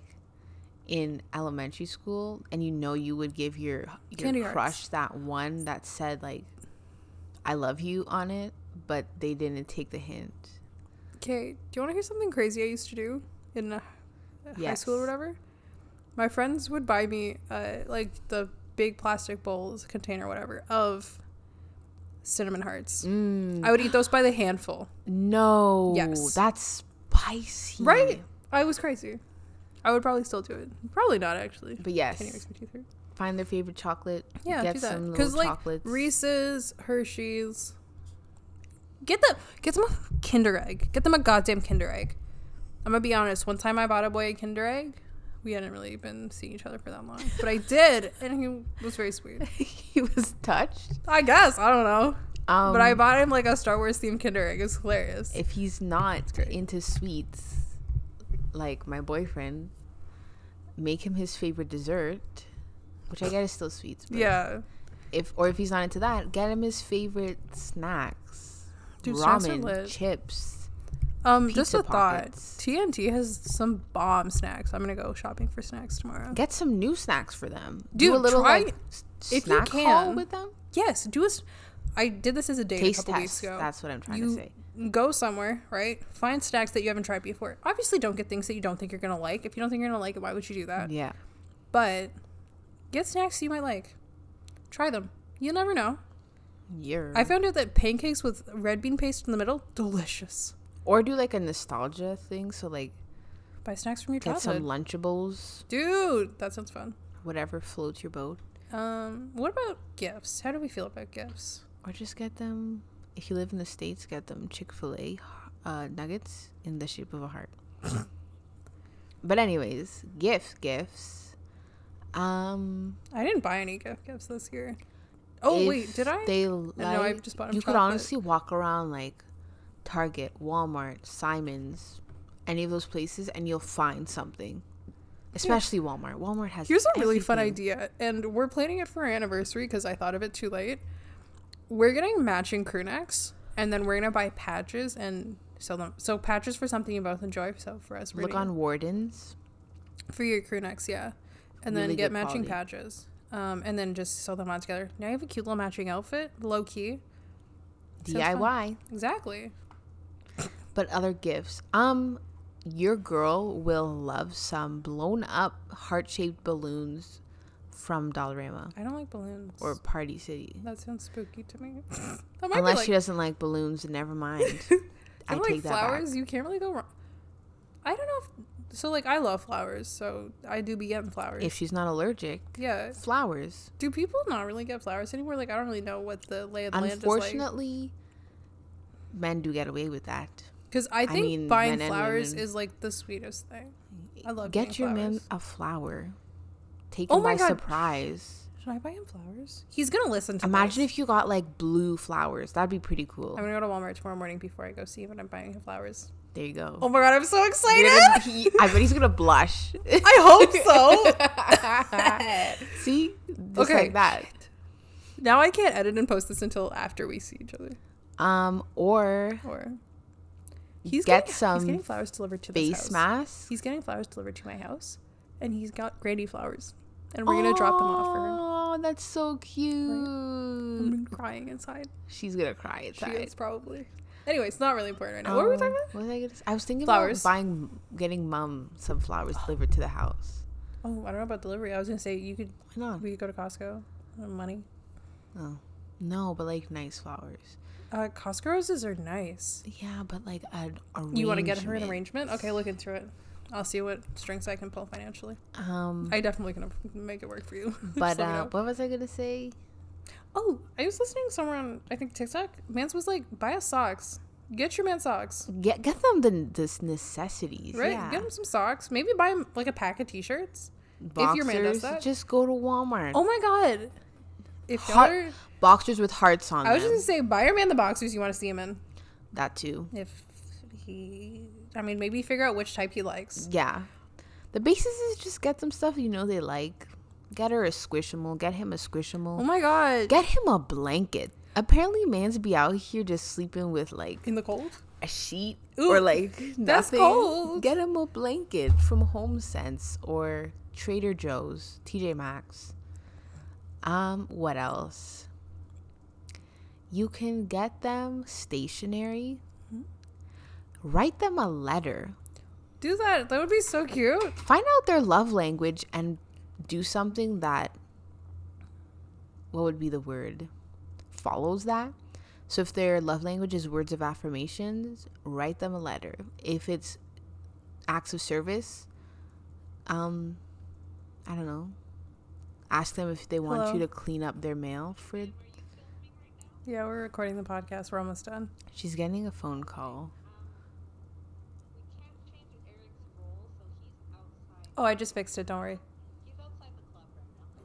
S2: in elementary school, and you know you would give your your
S1: Candy hearts.
S2: crush that one that said like "I love you" on it, but they didn't take the hint.
S1: Okay, do you want to hear something crazy I used to do in uh, high school or
S2: Yes.
S1: whatever? My friends would buy me uh, like the big plastic bowls, container, whatever, of cinnamon hearts.
S2: Mm,
S1: I would eat those by the handful.
S2: no,
S1: Yes.
S2: that's spicy,
S1: Right? I was crazy. I would probably still do it. Probably not actually.
S2: But yes,
S1: Can't erase my teeth hurt.
S2: find their favorite chocolate.
S1: Yeah,
S2: get
S1: do that.
S2: some
S1: 'Cause,
S2: little
S1: like, <laughs>
S2: chocolates.
S1: Reese's, Hershey's. Get the get them a Kinder Egg. Get them a goddamn Kinder Egg. I'm gonna be honest. One time I bought a boy a Kinder Egg. We hadn't really been seeing each other for that long, but I did, and he was very sweet.
S2: he was touched.
S1: I guess I don't know,
S2: Um,
S1: but I bought him like a Star Wars themed Kinder Egg. It was hilarious.
S2: if he's not
S1: great.
S2: into sweets, like my boyfriend, make him his favorite dessert, which I get is still sweets. But
S1: yeah,
S2: If or if he's not into that, get him his favorite snacks,
S1: Dude, snacks are
S2: ramen,
S1: lit.
S2: chips.
S1: um, just
S2: Pizza
S1: a
S2: pockets.
S1: thought. TNT has some bomb snacks. I'm gonna go shopping for snacks tomorrow.
S2: Get some new snacks for them. Do a
S1: Dude,
S2: little
S1: try-
S2: like s-
S1: if you
S2: snack haul
S1: can,
S2: with them.
S1: Yes, do a. s- I did this as a date a
S2: Taste
S1: couple weeks
S2: test.
S1: ago.
S2: That's what I'm trying to
S1: You-
S2: say.
S1: go somewhere, right? Find snacks that you haven't tried before. Obviously, don't get things that you don't think you're gonna like. If you don't think you're gonna like it, why would you do that?
S2: Yeah.
S1: But get snacks you might like. Try them. You never know.
S2: Yeah.
S1: I found out that pancakes with red bean paste in the middle, delicious.
S2: or do like a nostalgia thing. So like
S1: Buy snacks from your
S2: get
S1: childhood.
S2: some Lunchables,
S1: Dude, that sounds fun.
S2: whatever floats your boat.
S1: Um, what about gifts? How do we feel about gifts?
S2: Or just get them, if you live in the States, get them Chick fil A uh, nuggets in the shape of
S1: <laughs>
S2: a heart. but, anyways, gifts, gifts. Um,
S1: I didn't buy any gift gifts this year. Oh
S2: if
S1: wait, did I?
S2: They like,
S1: no, I just bought 'em
S2: You could
S1: chocolate.
S2: honestly walk around like Target, Walmart, Simon's, any of those places, and you'll find something. Especially Walmart. Walmart has
S1: Here's a really fun
S2: everything.
S1: idea, and we're planning it for our anniversary because I thought of it too late. We're getting matching crew necks, and then we're gonna buy patches and sell them. So patches for something you both enjoy. So for us, we're
S2: Look
S1: gonna
S2: on Wardens.
S1: get- for your crew necks, yeah, and then
S2: Really
S1: get
S2: good
S1: matching
S2: quality.
S1: patches, um, and then just sew them on together. Now you have a cute little matching outfit, low key. Sounds fun.
S2: DIY.
S1: Exactly.
S2: But other gifts. Um, your girl will love some blown up heart shaped balloons from Dollarama
S1: I don't like balloons.
S2: or Party City.
S1: that sounds spooky to me. <laughs> that might
S2: Unless
S1: be like,
S2: she doesn't like balloons, never mind. I
S1: <laughs> I
S2: take
S1: like
S2: that
S1: flowers.
S2: back.
S1: You can't really go wrong. I don't know. if... So like, I love flowers, so I do be getting flowers.
S2: If she's not allergic,
S1: yeah.
S2: flowers.
S1: Do people not really get flowers anymore? Like, I don't really know what the lay of the land is like.
S2: Unfortunately, men do get away with that.
S1: Because I think
S2: mean,
S1: buying
S2: men and
S1: flowers
S2: women.
S1: is like the sweetest thing. I love
S2: Get your
S1: getting
S2: man
S1: flowers.
S2: a flower. Take
S1: Oh
S2: him
S1: my
S2: by
S1: God.
S2: surprise.
S1: Should I buy him flowers? He's gonna listen to.
S2: Imagine
S1: this.
S2: if you got like blue flowers. That'd be pretty cool.
S1: I'm gonna go to Walmart tomorrow morning before I go see him, and I'm buying him flowers.
S2: There you go.
S1: Oh my god, I'm so
S2: You're
S1: excited!
S2: gonna- he- I bet he's gonna blush.
S1: <laughs>
S2: <laughs>
S1: I hope so. <laughs>
S2: See, just
S1: Okay.
S2: like that.
S1: now I can't edit and post this until after we see each other.
S2: Um, or
S1: Or he's
S2: Get
S1: getting,
S2: some
S1: he's getting flowers delivered to this
S2: face
S1: house.
S2: mask.
S1: He's getting flowers delivered to my house, and he's got granny flowers, and we're gonna drop them off for her.
S2: Oh, that's so
S1: I've
S2: cute.
S1: been crying inside.
S2: She's gonna cry
S1: She
S2: inside.
S1: is probably. Anyway, it's not really important right now. what were we talking about?
S2: Um, What was I gonna say? I was thinking
S1: Flowers.
S2: about buying, getting mom some flowers delivered to the house.
S1: Oh, I don't know about delivery. I was gonna say you could
S2: Why not?
S1: we could go to Costco. uh, Money.
S2: Oh, No, but like nice flowers.
S1: Uh, Costco roses are nice.
S2: Yeah, but like an arrangement.
S1: You want to get her an arrangement? Okay, look into it. I'll see what strings I can pull financially.
S2: Um,
S1: I definitely can make it work for you. <laughs> Just let
S2: but
S1: me
S2: uh,
S1: know.
S2: what was I gonna say?
S1: oh, I was listening somewhere on I think TikTok. Mans was like, buy us socks. Get your man socks,
S2: Get get them the this necessities.
S1: right?
S2: Yeah.
S1: Get him some socks. Maybe buy him like a pack of t-shirts. if your man does
S2: Boxers.
S1: that-
S2: just go to Walmart.
S1: Oh my god! If y'all
S2: Heart-
S1: are,
S2: boxers with hearts on
S1: I was just
S2: them.
S1: gonna say, buy your man the boxers you want to see him in.
S2: That too.
S1: If he, I mean, maybe figure out which type he likes.
S2: Yeah. The basis is just get some stuff you know they like. Get her a squishable. Get him a squishable.
S1: Oh my god!
S2: Get him a blanket. Apparently, man's be out here just sleeping with like
S1: in the cold.
S2: a sheet
S1: Ooh,
S2: or like nothing.
S1: that's cold.
S2: Get him a blanket from Home Sense or Trader Joe's, TJ Maxx. Um, what else? You can get them stationery.
S1: Mm-hmm.
S2: Write them a letter.
S1: Do that. That would be so cute.
S2: Find out their love language and do something that what would be the word? Follows that. So if their love language is words of affirmations, write them a letter. If it's acts of service, um, I don't know. Ask them if they want
S1: Hello.
S2: you to clean up their mail for.
S1: Yeah, we're recording the podcast. We're almost done.
S2: She's getting a phone call.
S1: Oh, I just fixed it. Don't worry.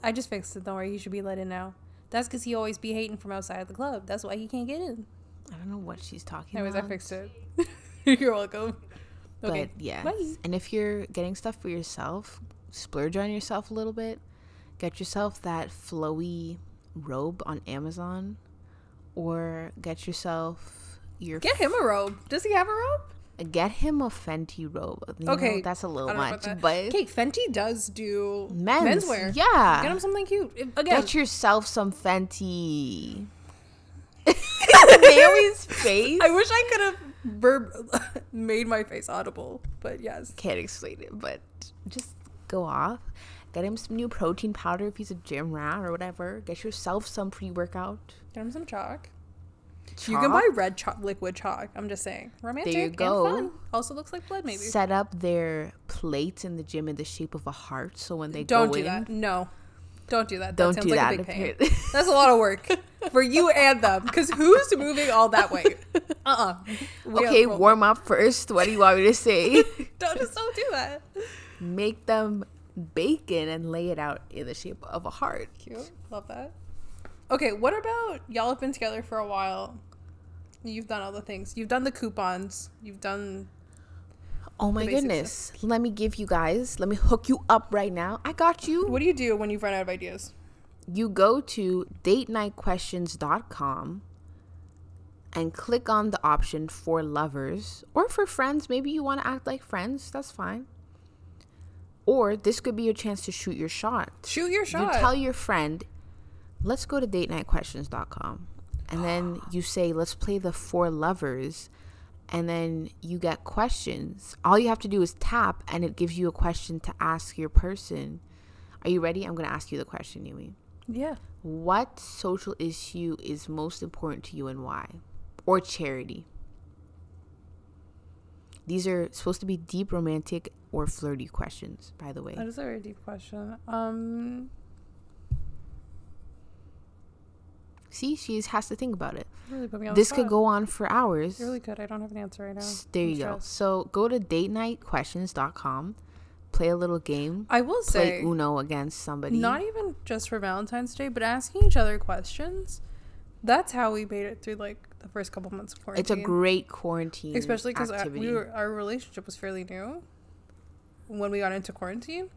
S1: I just fixed it. Don't worry. He should be let in now. That's because he always be hating from outside the club. That's why he can't get in.
S2: I don't know what she's talking
S1: Anyways,
S2: about.
S1: I fixed it. <laughs> You're welcome.
S2: But
S1: Okay.
S2: yeah.
S1: Bye.
S2: And if you're getting stuff for yourself, splurge on yourself a little bit. Get yourself that flowy robe on Amazon or get yourself your
S1: Get him a robe. Does he have a robe?
S2: get him a Fenty robe. You know,
S1: Okay,
S2: that's a
S1: I
S2: little
S1: don't know
S2: much,
S1: about that.
S2: but
S1: Okay, Fenty does do
S2: men's,
S1: menswear.
S2: Yeah.
S1: Get him something cute. If- Again,
S2: Get yourself
S1: <laughs>
S2: some Fenty. <laughs> Naomi's face.
S1: I wish I could have verb <laughs> made my face audible, but yes.
S2: can't explain it, but just go off. Get him some new protein powder if he's a gym rat or whatever. Get yourself some pre workout.
S1: Get him some chalk. You can buy red chalk, liquid chalk. I'm just saying, romantic
S2: go.
S1: and fun. Also looks like blood, maybe.
S2: Set up their plates in the gym in the shape of a heart, so when they
S1: Don't
S2: go
S1: do
S2: in,
S1: that. No, don't do that. That
S2: Don't
S1: sounds
S2: do
S1: like
S2: that,
S1: a big pain.
S2: apparently.
S1: That's a lot of work <laughs> for you and them. Because who's moving all that
S2: <laughs>
S1: way? Uh uh
S2: okay, warm up first. What do you want me to say? <laughs>
S1: Don't just don't do that.
S2: Make them bacon and lay it out in the shape of a heart.
S1: Cute. Love that. Okay, what about y'all have been together for a while? You've done all the things. You've done the coupons. You've done.
S2: Oh my
S1: The basic
S2: goodness! Let me give you guys. Let me hook you up right now. I got you.
S1: What do you do when you've run out of ideas?
S2: you go to datenightquestions.com and click on the option for lovers or for friends. Maybe you want to act like friends, that's fine. Or this could be your chance to shoot your shot.
S1: Shoot your shot.
S2: You tell your friend, let's go to datenightquestions.com. And then you say, let's play the four lovers. And then you get questions. All you have to do is tap, and it gives you a question to ask your person. Are you ready? I'm going to ask you the question, Yumi.
S1: yeah.
S2: What social issue is most important to you and why? Or charity? These are supposed to be deep, romantic, or flirty questions, by the way.
S1: That is a very deep question. Um,
S2: See, she has to think about it.
S1: really put me on
S2: This
S1: the
S2: could
S1: spot.
S2: go on for hours.
S1: You're really good. I don't have an answer right now.
S2: S- There
S1: I'm
S2: you go.
S1: stressed.
S2: So go to datenightquestions.com, play a little game,
S1: I will
S2: play
S1: say,
S2: Uno against somebody.
S1: not even just for Valentine's Day, but asking each other questions. That's how we made it through like the first couple months of quarantine.
S2: it's a great quarantine
S1: especially because
S2: activity.
S1: we were, our relationship was fairly new when we got into quarantine.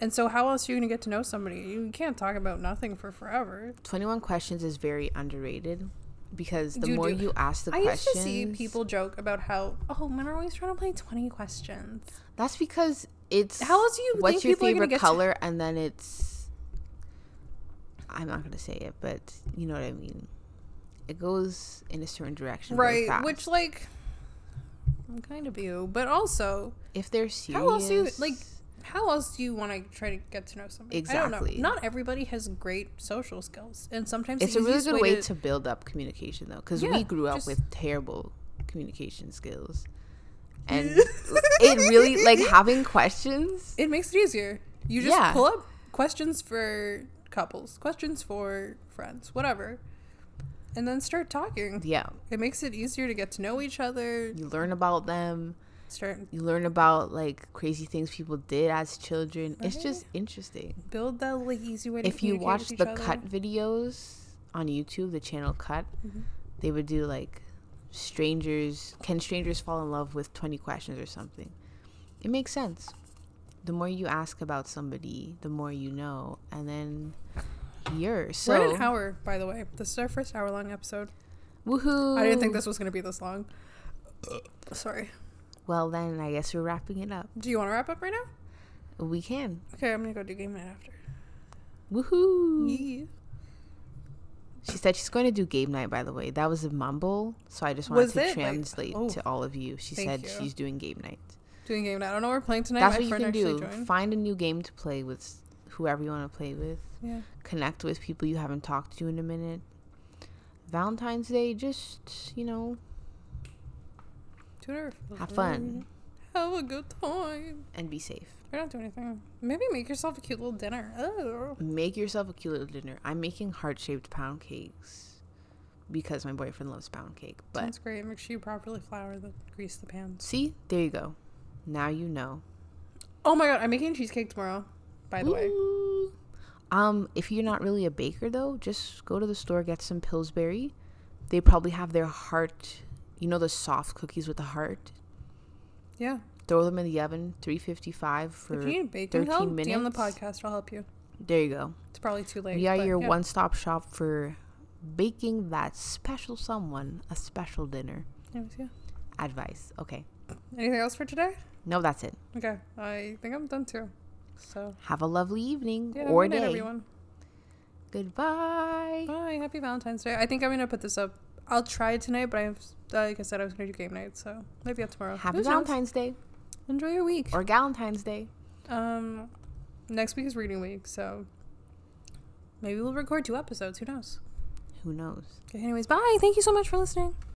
S1: And so, how else are you going to get to know somebody? You can't talk about nothing for forever.
S2: 21 questions is very underrated because the
S1: You
S2: more
S1: do-
S2: you ask the
S1: I used
S2: questions
S1: to see people joke about how, oh, men are always trying to play 20
S2: <sighs>
S1: questions.
S2: That's because it's
S1: How else do you
S2: what's
S1: think
S2: your
S1: people are gonna
S2: favorite
S1: get to-
S2: color, and then it's I'm not gonna say it, but you know what I mean. It goes in a certain direction, very
S1: Right. Which,
S2: fast.
S1: like, I'm kind of you, but also,
S2: if they're serious,
S1: how else do you, like, how else do you want to try to get to know somebody? I don't
S2: Exactly.
S1: know. Not everybody has great social skills, and sometimes the
S2: It's a really
S1: easiest
S2: good way
S1: to, <laughs>
S2: to build up communication though, because
S1: Yeah,
S2: we grew up
S1: just-
S2: with terrible
S1: <laughs>
S2: communication skills, and it really like having questions.
S1: It makes it easier. You just
S2: Yeah.
S1: pull up questions for couples, questions for friends, whatever, and then start talking.
S2: Yeah,
S1: It makes it easier to get to know each other.
S2: you learn about them.
S1: Start
S2: You learn about like crazy things people did as children. It's just interesting.
S1: build that like easy way to.
S2: if you
S1: communicate
S2: watch
S1: with each
S2: the
S1: other. Mm-hmm.
S2: cut videos on YouTube, the channel cut, they would do like strangers can strangers fall in love with 20 questions or something. It makes sense. The more you ask about somebody, the more you know, and then you're so
S1: We're at an hour, by the way. This is our first hour-long episode.
S2: woohoo.
S1: I didn't think this was going to be this long. Sorry.
S2: Well, then I guess we're wrapping it up.
S1: Do you want to wrap up right now?
S2: We can.
S1: Okay, I'm gonna go do game night after.
S2: Woohoo.
S1: Yeah.
S2: She said she's going to do game night, by the way. That was a mumble, so I just wanted
S1: Was
S2: to
S1: it? Like-
S2: translate
S1: oh.
S2: to all of you. She
S1: Thank
S2: said
S1: you.
S2: she's doing game night.
S1: Doing game night. I don't know what we're playing tonight.
S2: That's
S1: My
S2: what you
S1: friend
S2: can
S1: actually
S2: do.
S1: joined.
S2: Find a new game to play with s- whoever you want to play with.
S1: Yeah.
S2: Connect with people you haven't talked to in a minute. Valentine's Day, just, you know,
S1: Do whatever.
S2: have fun
S1: Mm-hmm. Have a good time.
S2: and be safe.
S1: We're not doing anything. Maybe make yourself a cute little dinner. Oh.
S2: Make yourself a cute little dinner. I'm making heart shaped pound cakes because my boyfriend loves pound cake. But
S1: Sounds great. Make sure you properly flour the grease the pans.
S2: see, there you go. Now you know.
S1: Oh my god, I'm making cheesecake tomorrow. By the way.
S2: Ooh. Um, if you're not really a baker though, just go to the store, get some Pillsbury. They probably have their heart, you know, the soft cookies with the heart.
S1: Yeah.
S2: Throw them in the oven, 355 for.
S1: if you need baking
S2: 13
S1: help, DM the
S2: minutes.
S1: podcast. I'll help you.
S2: There you go.
S1: It's probably too late.
S2: We are
S1: but
S2: your
S1: yeah.
S2: one stop shop for baking that special someone a special dinner.
S1: Anyways, yeah.
S2: Advice. Okay.
S1: Anything else for today?
S2: No, that's it.
S1: Okay. I think I'm done too. So.
S2: Have a lovely evening
S1: Yeah,
S2: or
S1: good night,
S2: day.
S1: everyone.
S2: Goodbye.
S1: Bye. Happy Valentine's Day. I think I'm gonna put this up. I'll try it tonight, but I'm like I said, I was gonna do game night, so maybe up tomorrow.
S2: Happy
S1: Who knows?
S2: Valentine's Day
S1: Enjoy your week.
S2: or Galentine's Day.
S1: Um, next week is reading week, so maybe we'll record two episodes. Who knows?
S2: Who knows?
S1: Okay. Anyways, bye. Thank you so much for listening.